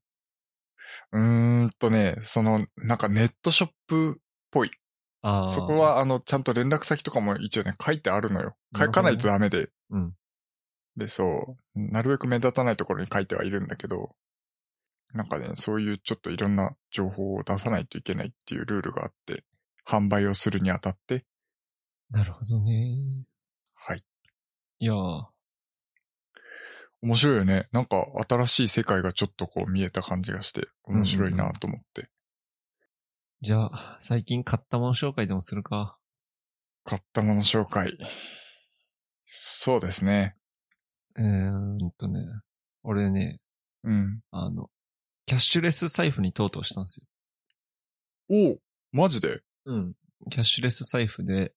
S2: うーんとね、その、なんかネットショップ、
S1: ああ。
S2: そこ、は、あの、ちゃんと連絡先とかも一応ね、書いてあるのよ。
S1: な
S2: 書
S1: るほどね
S2: かないとダメで。
S1: うん。
S2: で、そう、なるべく目立たないところに書いてはいるんだけど、なんかね、そういうちょっといろんな情報を出さないといけないっていうルールがあって、販売をするにあたって、
S1: なるほどね。
S2: はい。
S1: いやー
S2: 面白いよね。なんか新しい世界がちょっとこう見えた感じがして、面白いなと思って。
S1: じゃあ、最近買ったもの紹介でもするか。
S2: 買ったもの紹介。そうですね。
S1: えーんとね、俺ね、
S2: うん。
S1: あの、キャッシュレス財布にとうとうしたんですよ。
S2: おうマジで
S1: うん。キャッシュレス財布で、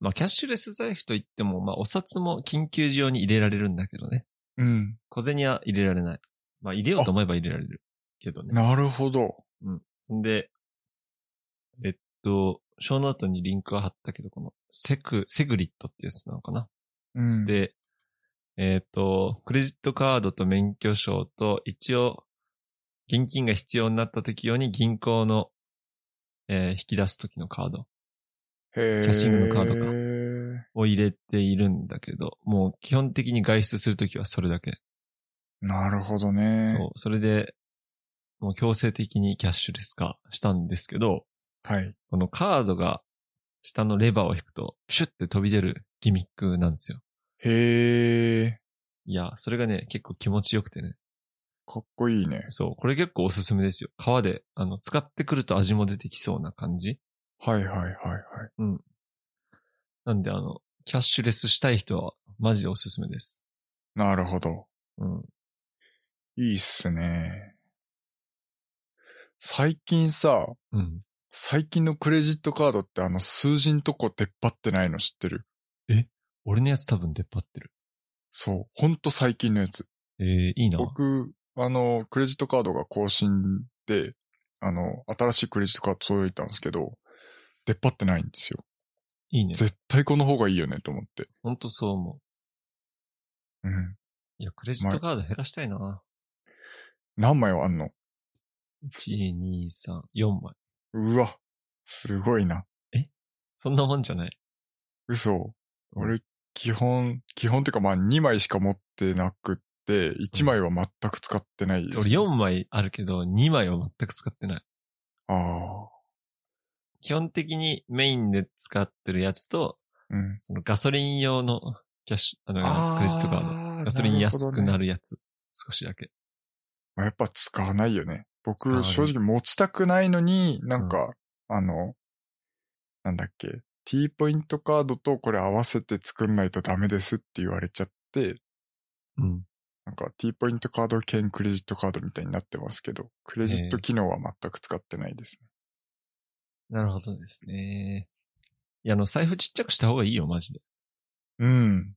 S1: まあ、キャッシュレス財布といっても、まあ、お札も緊急時用に入れられるんだけどね。
S2: うん。
S1: 小銭は入れられない。まあ、入れようと思えば入れられる。けどね。
S2: なるほど。
S1: うん。そんで、えっと、ショーノートにリンクは貼ったけど、この、セク、セグリットってやつなのかな。
S2: うん。
S1: で、えっと、クレジットカードと免許証と、一応、現金が必要になった時用に銀行の、えー引き出す時のカード
S2: キャ
S1: キャッシングのカードか
S2: か。
S1: を入れているんだけど、もう基本的に外出するときはそれだけ。
S2: なるほどね。
S1: そう。それで、もう強制的にキャッシュレス化したんですけど、
S2: はい。
S1: このカードが下のレバーを引くと、プシュって飛び出るギミックなんですよ。
S2: へえ、
S1: いや、それがね、結構気持ちよくてね。
S2: かっこいいね。
S1: そう。これ結構おすすめですよ。皮で、あの、使ってくると味も出てきそうな感じ。
S2: はいはいはいはい。
S1: なんで、あの、キャッシュレスしたい人は、マジでおすすめです。
S2: なるほど。
S1: うん。
S2: いいっすね。最近さ、
S1: うん。
S2: 最近のクレジットカードってあの数字んとこ出っ張ってないの知ってる
S1: 俺のやつ多分出っ張ってる。
S2: そう。ほんと最近のやつ。
S1: えー、いいな。
S2: 僕、あの、クレジットカードが更新で、あの、新しいクレジットカード届いたんですけど、出っ張ってないんですよ。
S1: いいね。
S2: 絶対この方がいいよねと思って。
S1: ほんとそう思う。
S2: うん。
S1: いや、クレジットカード減らしたいな。
S2: 何枚はあんの
S1: 1、2、3、4枚。
S2: うわ、すごいな。
S1: そんなもんじゃない。
S2: 嘘。俺、基本、基本っていうかまあ2枚しか持ってなくって、1枚は全く使ってないです、
S1: 俺4枚あるけど、2枚は全く使ってない。
S2: ああ。
S1: 基本的にメインで使ってるやつと、
S2: うん。
S1: そのガソリン用のキャッシュ、あの、
S2: あー
S1: クレジットカード。ガソリン安く
S2: なるほど
S1: な
S2: ね
S1: るやつ。少しだけ。
S2: まあやっぱ使わないよね。
S1: 使わな
S2: 僕、
S1: い
S2: 正直持ちたくないのに、なんか、あの、なんだっけ、T ポイントカードとこれ合わせて作んないとダメですって言われちゃって、
S1: うん。
S2: なんか T ポイントカード兼クレジットカードみたいになってますけど、クレジット機能は全く使ってないですね。
S1: なるほどですね。いや、あの、財布ちっちゃくした方がいいよ、マジで。
S2: うん。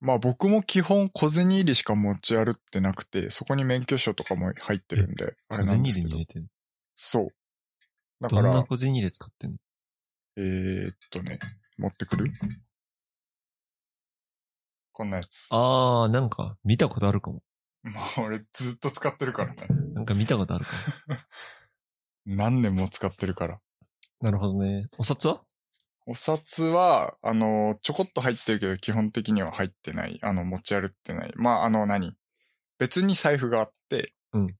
S2: まあ僕も基本小銭入りしか持ち歩ってなくて、そこに免許証とかも入ってるんで、あ
S1: 小
S2: れなん
S1: 銭
S2: です
S1: 入れ
S2: け
S1: に
S2: ど
S1: 入れ。てる。
S2: そう。だ
S1: ど
S2: か
S1: んな
S2: ら、
S1: 小銭入れ使ってんの
S2: えー、っとね、持ってくるこんなやつ。
S1: あー、なんか、見たことあるかも。
S2: もう俺ずっと使ってるからね。
S1: なんか見たことあるかも。
S2: 何年も使ってるから。
S1: なるほどね。お札は
S2: お札は、あの、ちょこっと入ってるけど、基本的には入ってない。あの、持ち歩ってない。まあ、あの何、別に財布があって、
S1: うん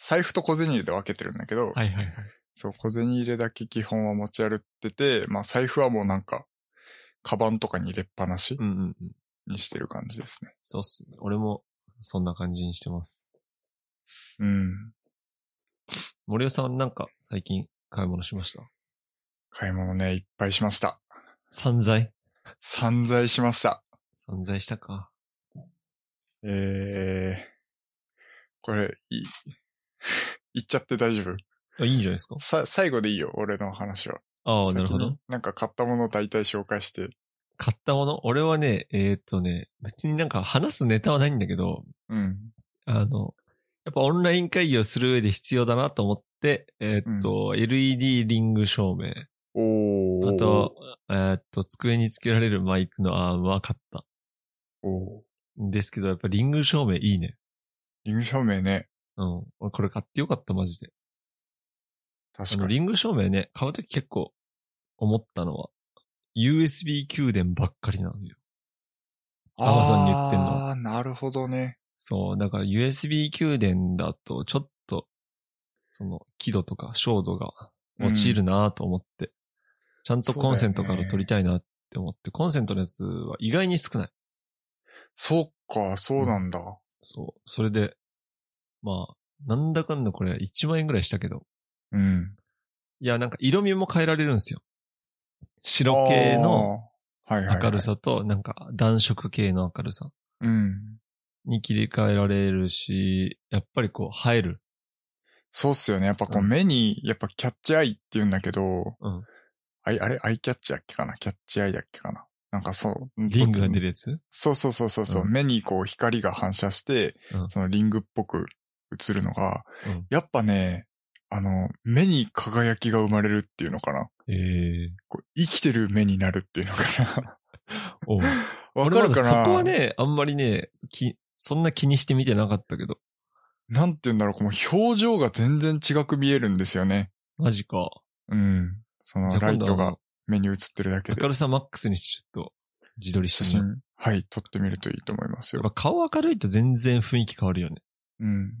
S2: 財布と小銭入れで分けてるんだけど、
S1: はいはいはい。
S2: そう、小銭入れだけ基本は持ち歩ってて、まあ財布はもうなんか、カバンとかに入れっぱなし
S1: うんうんうん。
S2: にしてる感じですね。
S1: そうっすね。俺も、そんな感じにしてます。
S2: うん。
S1: 森尾さんなんか、最近、買い物しました
S2: 買い物ね、いっぱいしました。
S1: 散財
S2: 散財しました。
S1: 散財したか。
S2: えー、これ、いい、 言っちゃって大丈夫
S1: あ、いいんじゃないですか
S2: さ、最後でいいよ、俺の話は。
S1: ああ、
S2: 先に
S1: なるほど。。
S2: なんか買ったものを大体紹介して。
S1: 買ったもの俺はね、えーっとね、別になんか話すネタはないんだけど、
S2: うん。
S1: あの、やっぱオンライン会議をする上で必要だなと思って、えーっと、LED リング照明。
S2: おー。
S1: あと、えーっと、机につけられるマイクのアームは買った。
S2: おー、
S1: んですけど、やっぱリング照明いいね。
S2: リング照明ね。
S1: うん。俺これ買ってよかった、マジで。あ
S2: 確か
S1: の、
S2: に。
S1: リング照明ね、買うとき結構思ったのは、USB 給電ばっかりなのよ。Amazon に売ってんの
S2: ああー、なるほどね。
S1: そう、だから USB 給電だと、ちょっと、その、輝度とか照度が落ちるなと思って、ちゃんとコンセントから取りたいなって思って、コンセントのやつは意外に少ない。
S2: そっか、そうなんだ。
S1: そう、それで、まあ、なんだかんだこれ1万円ぐらいしたけど、
S2: うん。
S1: いや、なんか色味も変えられるんですよ。白系の
S2: あー、はいはいはい
S1: 明る。さと、なんか暖色系の明るさ
S2: うん。
S1: に切り替えられるし、やっぱりこう映える。
S2: そうっすよね。やっぱこう
S1: うん
S2: 目に、やっぱキャッチアイって言うんだけど、
S1: うん
S2: あい、あれアイキャッチだっけかなキャッチアイだっけかななんかそう。
S1: リングが出
S2: る。
S1: るやつ
S2: そうそうそうそうそう、
S1: うん
S2: 目にこう光が反射して、
S1: うん
S2: そのリングっぽく映るのが、
S1: うん
S2: やっぱね、あの、目に輝きが生まれるっていうのかな
S1: ええ
S2: こう生きてる目になるっていうのかな
S1: おう
S2: わか
S1: 俺ま
S2: るかな
S1: だそこはね、あんまりね、き、そんな気にして見てなかったけど。
S2: なんて言うんだろう、この表情が全然違く見えるんですよね。
S1: マジか。
S2: うん。その
S1: じゃあ
S2: ライ
S1: 今度
S2: ト
S1: は
S2: が目に映ってるだけで
S1: 明。るさマックスにしてちょっと自撮り
S2: 写
S1: してみよう。
S2: 真、はい、撮ってみるといいと思います
S1: やっ
S2: よ。
S1: ぱ顔明るいと全然雰囲気変わるよね。
S2: うん。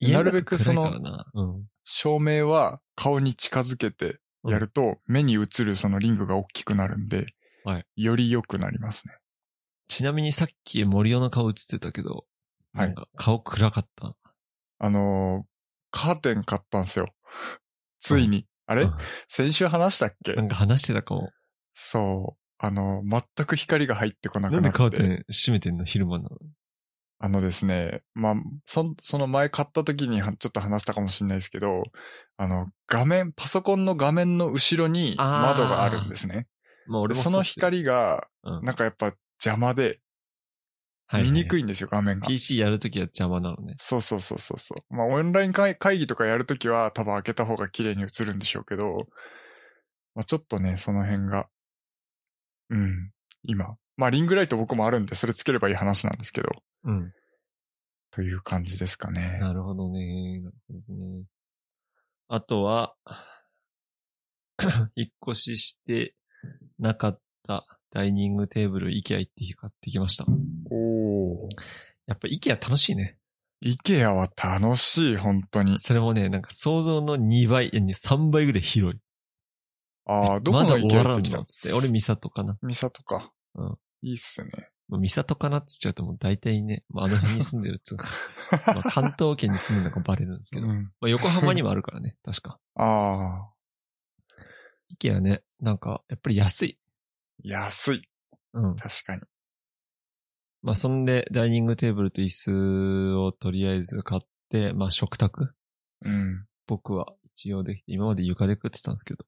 S2: なるべくその
S1: 家の中暗いからなうん。
S2: 照明は顔に近づけてやると、目に映るそのリングが大きくなるんで、
S1: はい
S2: より良くなりますね。
S1: ちなみにさっき森尾の顔映ってたけど、
S2: はい
S1: なんか顔暗かった。
S2: あのーカーテン買ったん すよ。ついに。あれ
S1: うん
S2: 先週話したっ け
S1: なんか話してたかも。
S2: そう。あのー全く光が入ってこなく
S1: な
S2: なっ
S1: んで
S2: て。
S1: カーテン閉めてんの昼間なの
S2: あのですね、まあ、そ、その前買った時にはちょっと話したかもしれないですけど、あの、画面、パソコンの画面の後ろに
S1: あー
S2: 窓があるんですね。
S1: まあ俺も
S2: そうの
S1: っすよ、
S2: 光が、
S1: うん
S2: なんかやっぱ邪魔で、見にく
S1: い。
S2: いんですよ、画面が。
S1: PC やるときは邪魔なのね。
S2: そうそうそうそうそう。まあ、オンライン会会議とかやるときは多分開けた方が綺麗に映るんでしょうけど、まあ、ちょっとね、その辺が、うん、今。まあ、リングライト僕もあるんで、それつければいい話なんですけど、
S1: うん。
S2: という感じですかね。
S1: なるほどね。なるほどね。あとは、 引っ越ししてなかったダイニングテーブル、IKEA 行って買ってきました。
S2: おー。
S1: やっぱ IKEA 楽しいね。
S2: イケアは楽しい、本当に。
S1: それもね、なんか想像の2倍、いや3倍ぐらい広い。
S2: ああ、
S1: え
S2: どこ
S1: ま
S2: の
S1: だ
S2: イ
S1: 終
S2: ケ
S1: わ
S2: ア行
S1: ら
S2: っ
S1: ん
S2: てき
S1: の
S2: た
S1: っつって。俺、ミサトかな。
S2: ミサとか。
S1: うん。
S2: いいっすね。
S1: まあミサトかなっつっちゃうともう大体ね、まあ、あの辺に住んでるっ つうかまあ関東圏に住んでるのがバレるんですけど。
S2: う
S1: ま
S2: ん、
S1: あ、横浜にもあるからね、確か。
S2: ああ、
S1: IKEA ね、なんか、やっぱり安い。
S2: 安い。
S1: うん。
S2: 確かに。
S1: まあ、そんで、ダイニングテーブルと椅子をとりあえず買って、まあ、食卓
S2: うん。
S1: 僕は一応できて、今まで床で食ってたんですけど、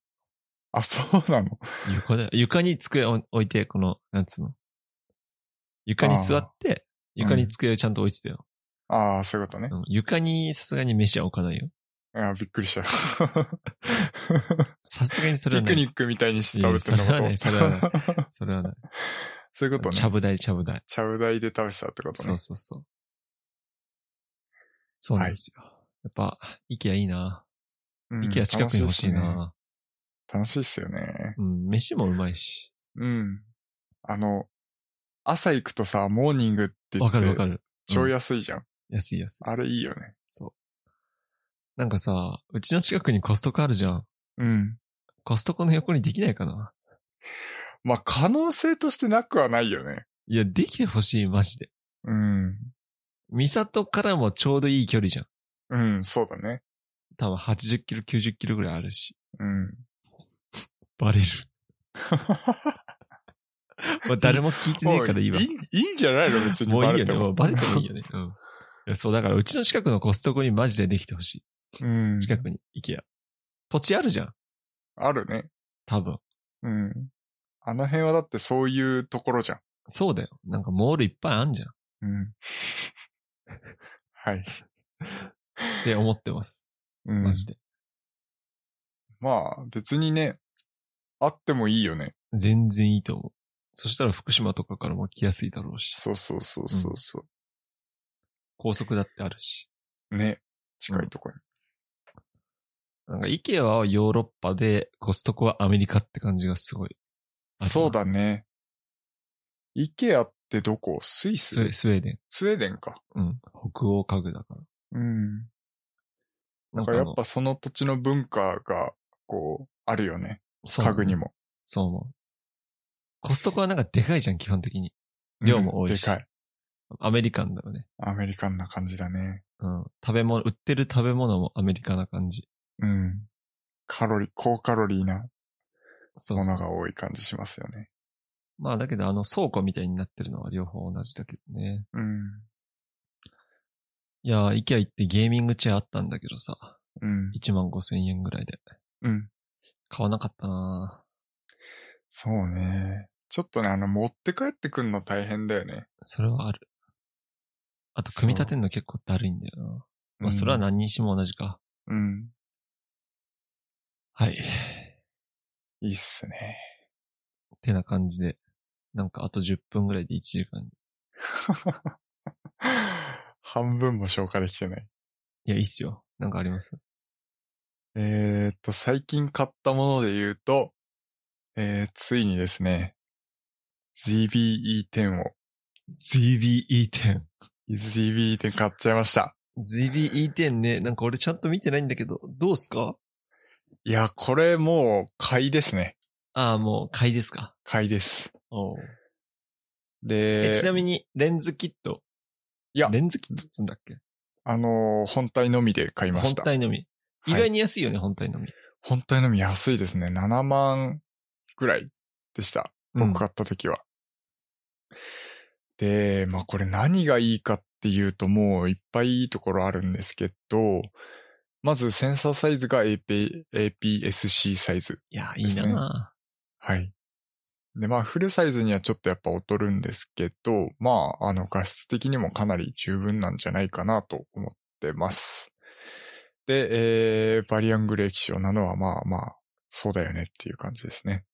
S2: あ、そうなの。
S1: 床で、床に机を置いて、この、なんつうの。床に座って、
S2: あー
S1: 床に机をちゃんと置いてたよ。
S2: ああ、そういうことね
S1: う。ん、床にさすがに飯は置かないよ。
S2: ああびっくりした。
S1: さすがにそれは
S2: ピ
S1: な
S2: ク
S1: い。
S2: ニックみたいにして食べてるの
S1: いやいやそれはない
S2: かと。
S1: それはない。
S2: そういうことね。
S1: ちゃぶ台、ちゃぶ台。
S2: ちゃぶ台で食べてたってこと
S1: そ
S2: ね
S1: う。そうそう。そうなんですよ。やっぱ、イケアいいな。
S2: うん
S1: イケア近くに欲しい。な。
S2: 楽しいっすね楽しいっすよね。
S1: うん、飯もうまいし。
S2: うん。あの、朝行くとさ、モーニングって言
S1: わ
S2: って
S1: かるわか、る。
S2: 超安いじゃん。
S1: 安い安い。
S2: あれいいよね。
S1: そう。なんかさ、うちの近くにコストコあるじゃん。
S2: うん。
S1: コストコの横にできないかな
S2: まあ、可能性としてなくはないよね。
S1: いや、できてほしい、マジで。
S2: うん。
S1: ミサトからもちょうどいい距離じゃん。
S2: うん、そうだね。
S1: 多分80キロ、90キロぐらいあるし。
S2: うん。
S1: バレる。まあ、誰も聞いてねえからいいわ
S2: も。ういいいいんじゃないの別に
S1: もうい
S2: バ
S1: い
S2: レ
S1: よ
S2: て
S1: ね。もう
S2: も。
S1: バレてもいいよね。うん。いやそう、だからうちの近くのコストコにマジでできてほしい。
S2: うん。
S1: 近くに、IKEA。土地あるじゃん。
S2: あるね。
S1: 多分。
S2: うん。あの辺はだってそういうところじゃん。
S1: そうだよ。なんかモールいっぱいあんじゃん。っ
S2: うん。 はい。
S1: て思ってます。
S2: うん
S1: マジで。
S2: まあ、別にね、あってもいいよね。
S1: 全然いいと思う。そしたら福島とかからも来やすいだろうし。
S2: そうそうそうそうそ
S1: 高速だってあるし。
S2: う。ね。近いところに。
S1: なんか IKEA はヨーロッパで、コストコはアメリカって感じがすごい。
S2: そう。だね。イケアってどこスイス
S1: スウェスウェーデン。
S2: スウェーデンか。
S1: うん。北欧家具だから。
S2: うん。
S1: な
S2: だ
S1: ん
S2: か
S1: からあ
S2: や
S1: の
S2: っぱその土地の文化が、こう、あるよね。
S1: そう
S2: 家具にも。
S1: そう思う。コストコはなんかでかいじゃん、基本的に。量も多いし
S2: うんでかい。
S1: アメリカンだよね。
S2: アメリカンな感じだね。
S1: うん。食べ物、売ってる食べ物もアメリカな感じ。
S2: うん。カロリー、高カロリーな
S1: そう
S2: も
S1: そう
S2: の
S1: そう
S2: が多い感じしますよね。
S1: まあだけど、あの倉庫みたいになってるのは両方同じだけどね。
S2: うん。
S1: いやー、イケア行ってゲーミングチェアあったんだけどさ。
S2: うん。
S1: 1万5千円ぐらいで。
S2: うん。
S1: 買わなかったな
S2: そうね。ちょっとね、あの、持って帰ってくんの大変だよね。
S1: ーそれはある。あと、組み立てんの結構だるいんだよな。ま
S2: う
S1: あ
S2: ん
S1: それは何にしても同じか。
S2: うん。
S1: はい。
S2: いいっすね。
S1: てな感じで。なんかあと10分ぐらいで1時間。
S2: 半分も消化できてない。
S1: いや、いいっすよ。なんかあります
S2: えー、っと、最近買ったもので言うと、えー、ついにですね、ZBE10 を、
S1: ?ZBE10。
S2: ZBE10 買っちゃいました。
S1: ZBE10 ね。なんか俺ちゃんと見てないんだけど、どうすか
S2: いや、これもう、買いですね。
S1: ああ、もう買いですか。
S2: 買いです。
S1: おう
S2: で
S1: え、ちなみに、レンズキット。
S2: いや
S1: レンズキットっつうんだっけ
S2: あのー本体のみで買いま
S1: 本
S2: した。
S1: 体のみ。
S2: はい
S1: 意外に安いよね、本体のみ。
S2: 本体のみ安いですね。7万ぐらいでした。
S1: うん
S2: 僕買った時は。で、まあこれ何がいいかっていうともういっぱいいいところあるんですけど、まずセンサーサイズが AP APS-C サイズ。
S1: いや、いいな
S2: はい。で、まあフルサイズにはちょっとやっぱ劣るんですけど、まああの画質的にもかなり十分なんじゃないかなと思ってます。で、えー、バリアングル液晶なのはまあまあ、そうだよねっていう感じですね。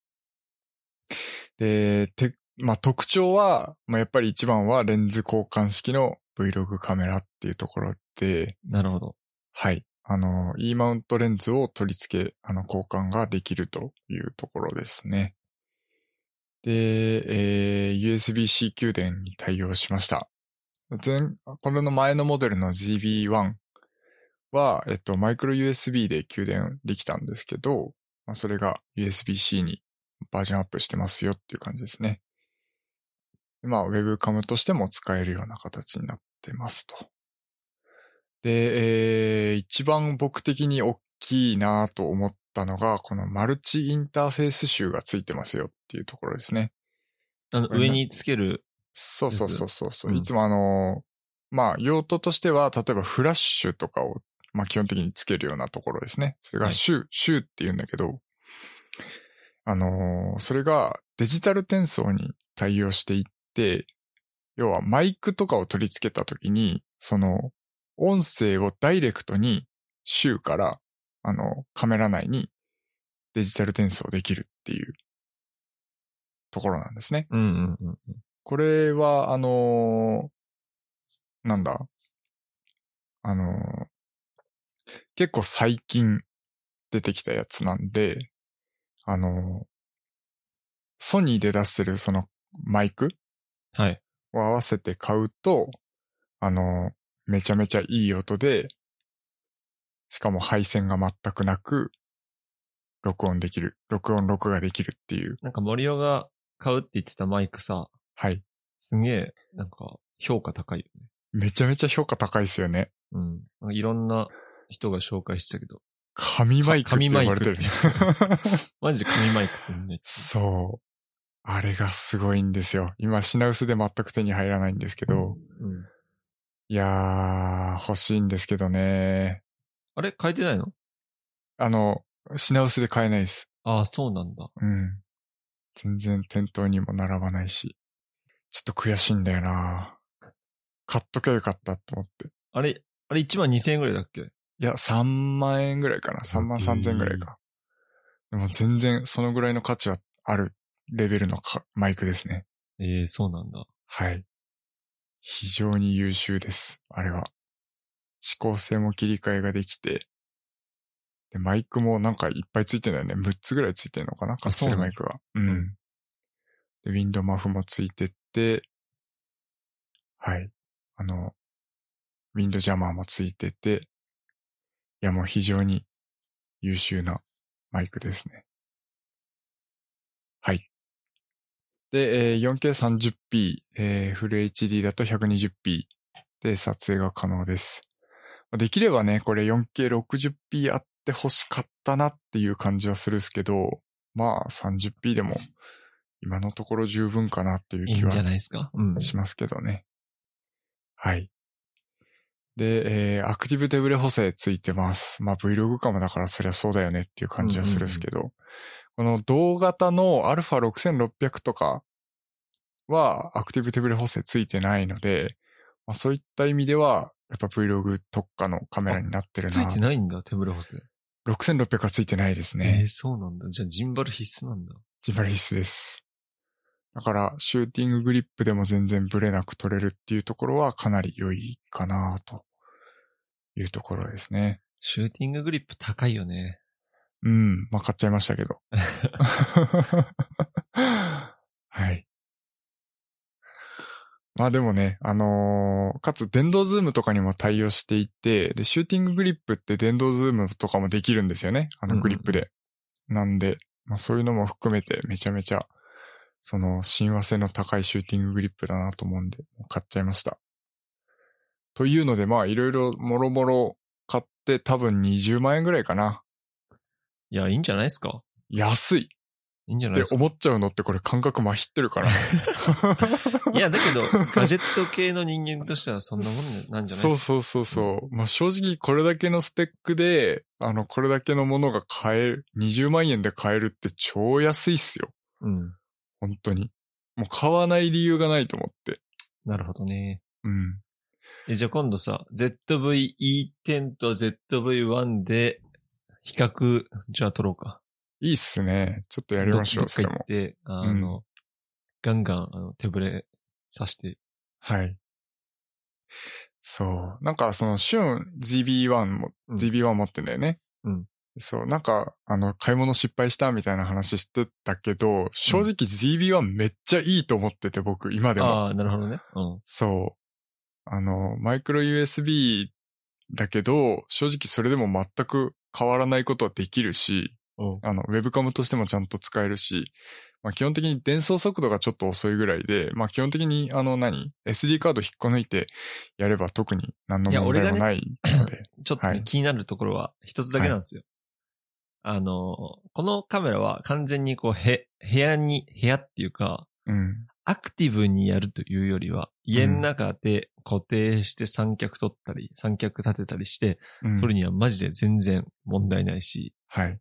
S2: で、て、まあ特徴は、まあやっぱり一番はレンズ交換式の Vlog カメラっていうところで、
S1: なるほど。
S2: はい。あの、E マウントレンズを取り付け、あの、交換ができるというところですね。で、えー USB-C 給電に対応しました。前、これの前のモデルの GB1 は、えっと、マイクロ USB で給電できたんですけど、まあ、それが USB-C にバージョンアップしてますよっていう感じですね。まあ、ウェブカムとしても使えるような形になってますと。で、えー一番僕的に大きいなと思ったのが、このマルチインターフェース集がついてますよっていうところですね。
S1: あの、
S2: これ
S1: 上
S2: な
S1: につける、
S2: そうそうそうそうそう、
S1: うん
S2: いつもあのーまあ、用途としては、例えばフラッシュとかを、まあ、基本的につけるようなところですね。それ
S1: は
S2: が
S1: い
S2: シュー、シューって言うんだけど、あのーそれがデジタル転送に対応していって、要はマイクとかを取り付けたときに、その、音声をダイレクトに、シューから、あの、カメラ内にデジタル転送できるっていうところなんですね。
S1: うんうんうん。
S2: これは、あのーなんだ、あのー結構最近出てきたやつなんで、あのーソニーで出してるそのマイク
S1: はい。
S2: を合わせて買うと、あのーめちゃめちゃいい音で、しかも配線が全くなく、録音できる。録音録画できるっていう。
S1: なんか森尾が買うって言ってたマイクさ、
S2: はい。
S1: すげえ、なんか評価高いよね。
S2: めちゃめちゃ評価高いですよね。
S1: うん。なんかいろんな人が紹介してたけど。
S2: 神マイクって呼ばれてる。
S1: マジで紙マイクってみんな言ってた
S2: そう。あれがすごいんですよ。今、品薄で全く手に入らないんですけど。
S1: うん。
S2: いやー、欲しいんですけどね。
S1: あれ変えてないの
S2: あの、品薄で買えないです。
S1: ああ、そうなんだ。
S2: うん。全然店頭にも並ばないし。ちょっと悔しいんだよな買っときゃよかったと思って。
S1: あれ、あれ1万2000円ぐらいだっけ
S2: いや、3万円ぐらいかな。3万3千円ぐらいか。でも全然そのぐらいの価値はあるレベルのかマイクですね。
S1: ええそうなんだ。
S2: はい。非常に優秀です。あれは。指向性も切り替えができて。で、マイクもなんかいっぱいついてんだよね。6つぐらいついてんのかなカプセルマイクが。うん。で、ウィンドマフもついてって、はい。あの、ウィンドジャマーもついてて、いやもう非常に優秀なマイクですね。はい。で、えー 4K30p、えーフル HD だと 120p で撮影が可能です。まあできればね、これ 4K60p あって欲しかったなっていう感じはするっすけど、まあ 30p でも今のところ十分かなっていう
S1: いい
S2: 気
S1: ん
S2: は
S1: じゃないですかうん。
S2: しますけどね。はい。で、えーアクティブデブレ補正ついてます。まあ Vlog かもだからそりゃそうだよねっていう感じはするんですけど、この同型の α6600 とかはアクティブデブレ補正ついてないので、まあそういった意味では、やっぱ Vlog 特化のカメラになってる
S1: つ
S2: な。
S1: いてないんだ、手ぶれ補正。
S2: 6600はついてないで
S1: え
S2: すね
S1: え。そうなんだ。じゃあジンバル必須なんだ。
S2: ジバリスです。だから、シューティンググリップでも全然ブレなく取れるっていうところはかなり良いかなというところですね。
S1: シューティンググリップ高いよね。
S2: うん、まあ、買っちゃいましたけど。はい。まあでもね、あのーかつ電動ズームとかにも対応していて、で、シューティンググリップって電動ズームとかもできるんですよね。
S1: う
S2: あ
S1: ん
S2: の
S1: うん
S2: グリップで。なんで、まあそういうのも含めてめちゃめちゃ、その親和性の高いシューティンググリップだなと思うんで、もう買っちゃいました。というので、まあいろいろもろもろ買って多分20万円ぐらいかな。
S1: いや、いいんじゃないですか
S2: 安い
S1: いいんじゃ
S2: っ
S1: ない
S2: て
S1: ですか
S2: 思っちゃうのってこれ感覚まひってるか ら。
S1: いや、だけど、ガジェット系の人間としてはそんなもんなんじゃない
S2: そう
S1: ですか
S2: そうそうそう。まあ、正直これだけのスペックで、あの、これだけのものが買える、20万円で買えるって超安いっすよ。
S1: うん。
S2: 本当に。もう買わない理由がないと思って。
S1: なるほどね。
S2: うん。
S1: え、じゃあ今度さ、ZVE10 と ZV1 で、比較、じゃあ撮ろうか。
S2: いいっすね。ちょっとやりましょ
S1: ど
S2: う、
S1: っか
S2: それ
S1: 行っ
S2: も。
S1: て、あの、ガンガン、あの、手ぶれさして。
S2: はい。そう。なんか、その、シュン GB1 も、
S1: うん
S2: GB1 持ってんだよね。
S1: うん。
S2: そう、なんか、あの、買い物失敗したみたいな話してたけど、正直 GB1 めっちゃいいと思ってて、僕、今でも。
S1: ああ、なるほどね。うん。
S2: そう。あの、マイクロ USB だけど、正直それでも全く変わらないことはできるし、
S1: うん
S2: あの、ウェブカムとしてもちゃんと使えるし、まあ基本的に伝送速度がちょっと遅いぐらいで、まあ基本的にあの何 ?SD カード引っこ抜いてやれば特に何の
S1: いや
S2: 問題も
S1: 俺がね
S2: ないの で。
S1: ちょっとね、
S2: はい
S1: 気になるところは一つだけなんですよ。あの、このカメラは完全にこう、へ、部屋に、部屋っていうか、
S2: うん。
S1: アクティブにやるというよりは、家の中で固定して三脚取ったり、三脚立てたりして、
S2: うん。
S1: 撮るにはマジで全然問題ないし、
S2: はい。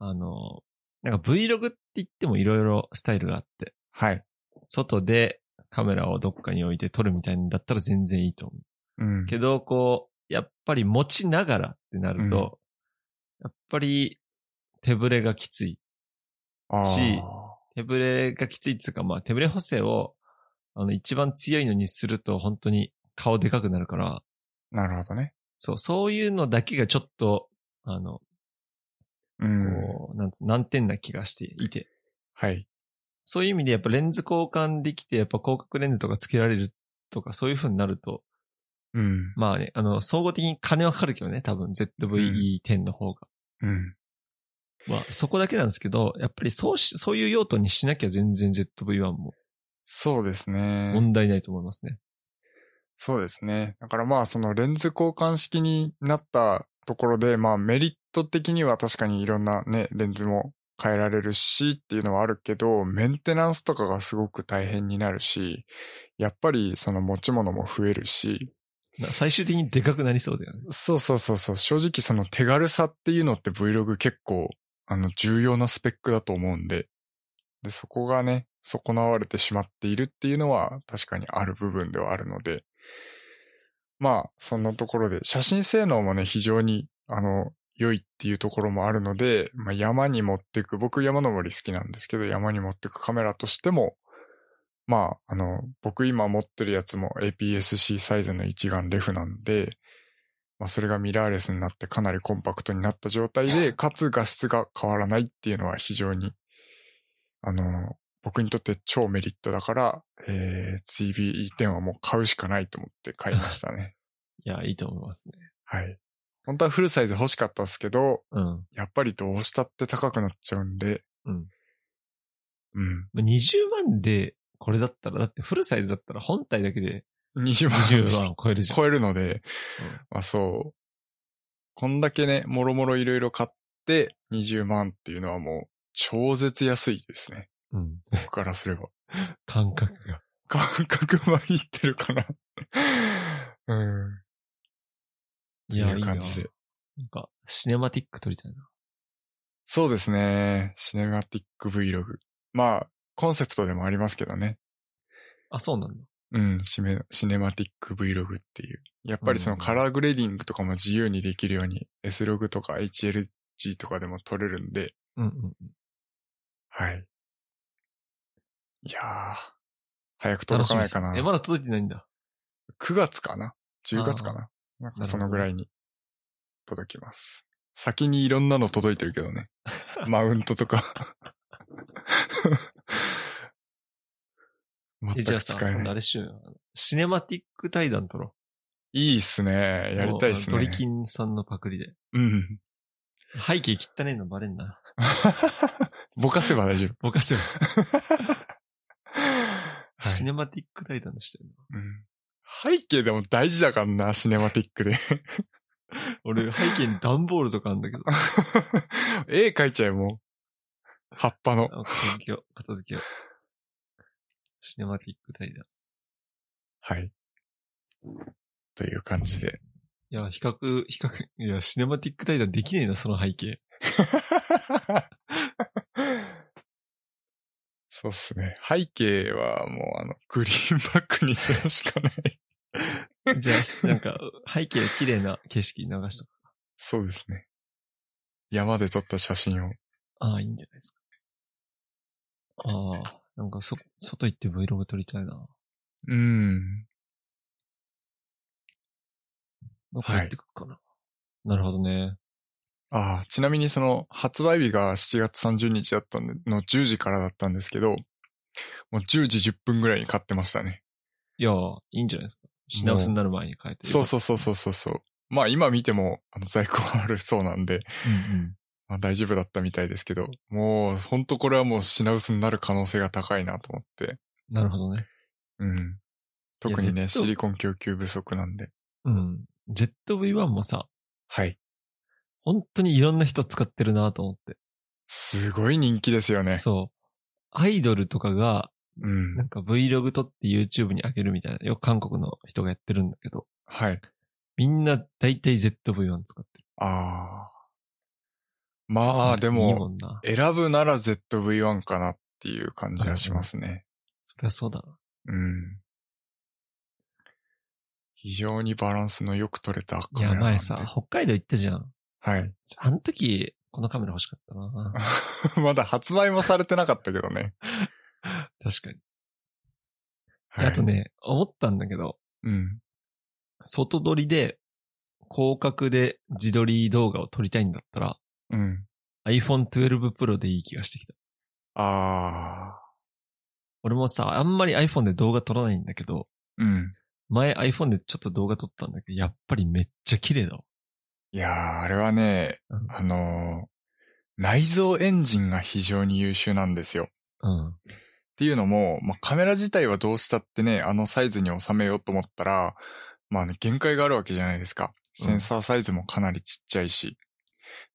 S1: あの、なんか Vlog って言ってもいろいろスタイルがあって、
S2: はい。
S1: 外でカメラをどっかに置いて撮るみたいんだったら全然いいと思う。
S2: うん。
S1: けど、こう、やっぱり持ちながらってなると、やっぱり手ぶれがきつい。
S2: あー
S1: し手ぶれがきついっていうか、まあ手ぶれ補正を、あの、一番強いのにすると本当に顔でかくなるから、
S2: なるほどね。
S1: そう、そういうのだけがちょっと、あの、
S2: うん。
S1: こう、なんつ難点な気がしていて。
S2: はい。
S1: そういう意味でやっぱレンズ交換できて、やっぱ広角レンズとかつけられるとか、そういう風になると、
S2: うん。
S1: まあね、あの、総合的に金はかかるけどね、多分 ZVE10 の方が。
S2: うん。
S1: まあ、そこだけなんですけど、やっぱりそうし、そういう用途にしなきゃ全然 ZV-1 も
S2: そうですね。
S1: 問題ないと思いますね。
S2: そうですね。だからまあそのレンズ交換式になったところで、まあメリット的には確かにいろんなね、レンズも変えられるしっていうのはあるけど、メンテナンスとかがすごく大変になるし、やっぱりその持ち物も増えるし、
S1: な最終的にでかくなりそうだよね。
S2: そうそうそうそう、正直その手軽さっていうのって Vlog 結構あの重要なスペックだと思うんで、で、そこがね、損なわれてしまっているっていうのは確かにある部分ではあるので、まあ、そんなところで、写真性能もね、非常に、あの、良いっていうところもあるので、まあ、山に持ってく、僕山登り好きなんですけど、山に持ってくカメラとしても、まあ、あの、僕今持ってるやつも APS-C サイズの一眼レフなんで、まあ、それがミラーレスになってかなりコンパクトになった状態 で、かつ画質が変わらないっていうのは非常に、あの、僕にとって超メリットだから、えー、ZV-E10 はもう買うしかないと思って買いました ね。
S1: いや、いいと思いますね。
S2: はい。本当はフルサイズ欲しかったっすけど、
S1: うん。
S2: やっぱりどうしたって高くなっちゃうんで。
S1: うん。
S2: うん。
S1: 20万で、これだったら、だってフルサイズだったら本体だけで
S2: 20万
S1: 20万を超えるじゃん。
S2: 超えるので、
S1: うん
S2: まあそう。こんだけね、もろもろいろいろ買って20万っていうのはもう超絶安いです ね。
S1: うん。
S2: 僕からすれば。
S1: 感覚が。
S2: 感覚はいってるかな。うん。
S1: いや、
S2: っ
S1: いい
S2: てい
S1: な。
S2: う感じで。
S1: なんか、シネマティック撮りたいな。
S2: そうですね。シネマティック Vlog。まあ、コンセプトでもありますけどね。
S1: あ、そうなんだ。
S2: うん、シメシネマティック Vlog っていう。やっぱりそのカラーグレーディングとかも自由にできるように S ログとか HLG とかでも撮れるんで、
S1: うんうん。
S2: はい。いやー、早く届かないかな
S1: 楽しみです。え、まだ届いてないんだ。
S2: 9月かな ?10 月かななん
S1: なるほど
S2: かそのぐらいに届きます。先にいろんなの届いてるけど ね。マウントとか。
S1: え、
S2: 全
S1: じゃあ
S2: く
S1: さ、
S2: 使え
S1: 今度
S2: な
S1: あ
S2: い。
S1: れしようよあのシネマティック対談撮ろ
S2: いいっすね。
S1: う。
S2: やりたいっすね。
S1: ドリキンさんのパクリで。
S2: うん。
S1: 背景汚ねえのバレんな。
S2: ぼかせ ば大丈夫。
S1: ぼかせば。
S2: はい
S1: シネマティック対談してる
S2: うん背景でも大事だからな、シネマティックで。
S1: な。俺、背景に段ボールとかあんだけど。
S2: 絵描いちゃえ、もう。葉っぱの。
S1: あ片付けよう、片付けよう。シネマティック対談。
S2: はい。という感じで。
S1: いや、比較、比較、いや、シネマティック対談できねえな、その背景。
S2: そうっすね。背景はもうあの、グリーンバックにするしかない。
S1: じゃ あ、なんか、背景綺麗な景色流しとく。
S2: そうですね。山で撮った写真を。
S1: ああ、いいんじゃないですか。ああ、なんか、そ、外行って Vlog 撮りたいな。
S2: うん。
S1: どこ行ってくっかな。なるほどね。
S2: ああ、ちなみにその発売日が7月30日だったのの10時からだったんですけど、もう10時10分ぐらいに買ってましたね。
S1: いや、いいんじゃないですか。品薄になる前に変えて。
S2: そうそうそうそうそうそう。まあ今見てもあの在庫はあるそうなんで、
S1: うんうん。
S2: まあ、大丈夫だったみたいですけど、もうほんとこれはもう品薄になる可能性が高いなと思って。
S1: なるほどね。
S2: うん。特にね、
S1: 絶対
S2: シリコン供給不足なんで。
S1: うん。ZV-1 もさ、
S2: はい。
S1: 本当にいろんな人使ってるなと思っ
S2: すごい人気ですよ
S1: て。
S2: ね。
S1: そう。アイドルとかが、
S2: うん
S1: な。んか Vlog 撮って YouTube に上げるみたいな、よく韓国の人がやってるんだけど、
S2: はい。
S1: みんな大体 ZV-1 使ってる。
S2: ああ。まあで
S1: いい
S2: も、
S1: もんな。
S2: 選ぶなら ZV-1 かなっていう感じはしますね。
S1: そりゃそうだな。
S2: うん。非常にバランスのよく取れた
S1: い
S2: カメラ
S1: や、
S2: なんで。
S1: 前さ、北海道行ったじゃん。
S2: はい。
S1: あの時、このカメラ欲しかったな
S2: まだ発売もされてなかったけどね。
S1: 確かに。
S2: はい、
S1: あと。ね、思ったんだけど、
S2: うん。
S1: 外撮りで、広角で自撮り動画を撮りたいんだったら、
S2: うん。
S1: iPhone 12 Pro でいい気がしてきた。
S2: ああ。
S1: 俺もさ、あんまり iPhone で動画撮らないんだけど、
S2: うん。
S1: 前 iPhone でちょっと動画撮ったんだけど、やっぱりめっちゃ綺麗だわ。
S2: いやー、あれはね、
S1: うん
S2: あのー内蔵エンジンが非常に優秀なんですよ。
S1: うん。
S2: っていうのも、まあ、カメラ自体はどうしたってね、あのサイズに収めようと思ったら、まあ、あの限界があるわけじゃないですか。
S1: うん
S2: センサーサイズもかなりちっちゃいし。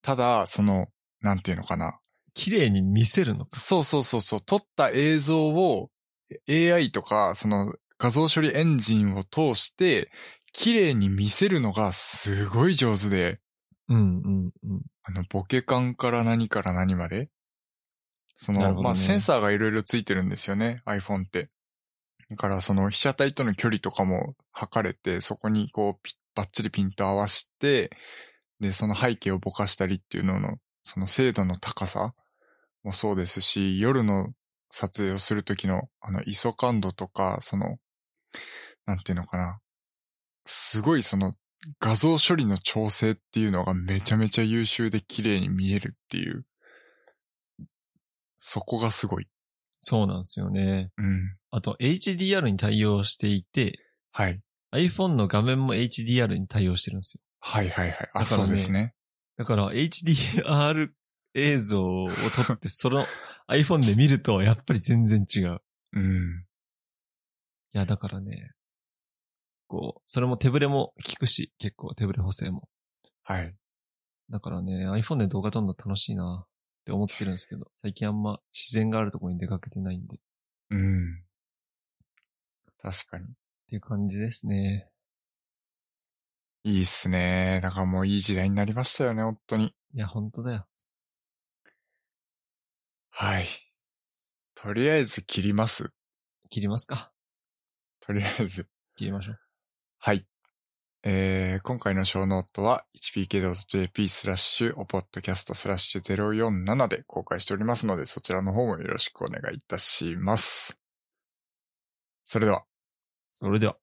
S2: ただ、その、なんていうのかな。
S1: 綺麗に見せるのか。
S2: そうそうそうそう、撮った映像を AI とか、その画像処理エンジンを通して、綺麗に見せるのがすごい上手で、
S1: うんうんうん。
S2: あの、ボケ感から何から何まで。そ
S1: な
S2: の、
S1: るほどね
S2: まあ、センサーがいろいろついてるんですよね、iPhone って。だから、その被写体との距離とかも測れて、そこにこう、ピッバッチリピント合わして、で、その背景をぼかしたりっていうのの、その精度の高さもそうですし、夜の撮影をするときの、あの、ISO 感度とか、その、なんていうのかな。すごいその、画像処理の調整っていうのがめちゃめちゃ優秀で綺麗に見えるっていう。そこがすごい。
S1: そうなんですよね。
S2: うん。
S1: あと HDR に対応していて、
S2: はい。
S1: iPhone の画面も HDR に対応してるんですよ。
S2: はいはいはい。あ、
S1: だからね
S2: そうですね。
S1: だから HDR 映像を撮って、その iPhone で見るとやっぱり全然違う。
S2: うん。
S1: いや、だからね、こう、それも手ブレも効くし、結構手ブレ補正も。
S2: はい。
S1: だからね、iPhone で動画撮るの楽しいなって思ってるんですけど、最近あんま自然があるところに出かけてないんで、っ
S2: うん。確かに。
S1: ていう感じですね。
S2: いいっすね。だからもういい時代になりましたよね、本当に。
S1: いや、本当だよ。
S2: はい。とりあえず切ります。
S1: 切りますか。
S2: とりあえず。
S1: 切りましょう。
S2: はい。えー、今回のショーノートは hpk.jp スラッシュおポッドキャストスラッシュ047で公開しておりますので、そちらの方もよろしくお願いいたします。それでは。
S1: それでは。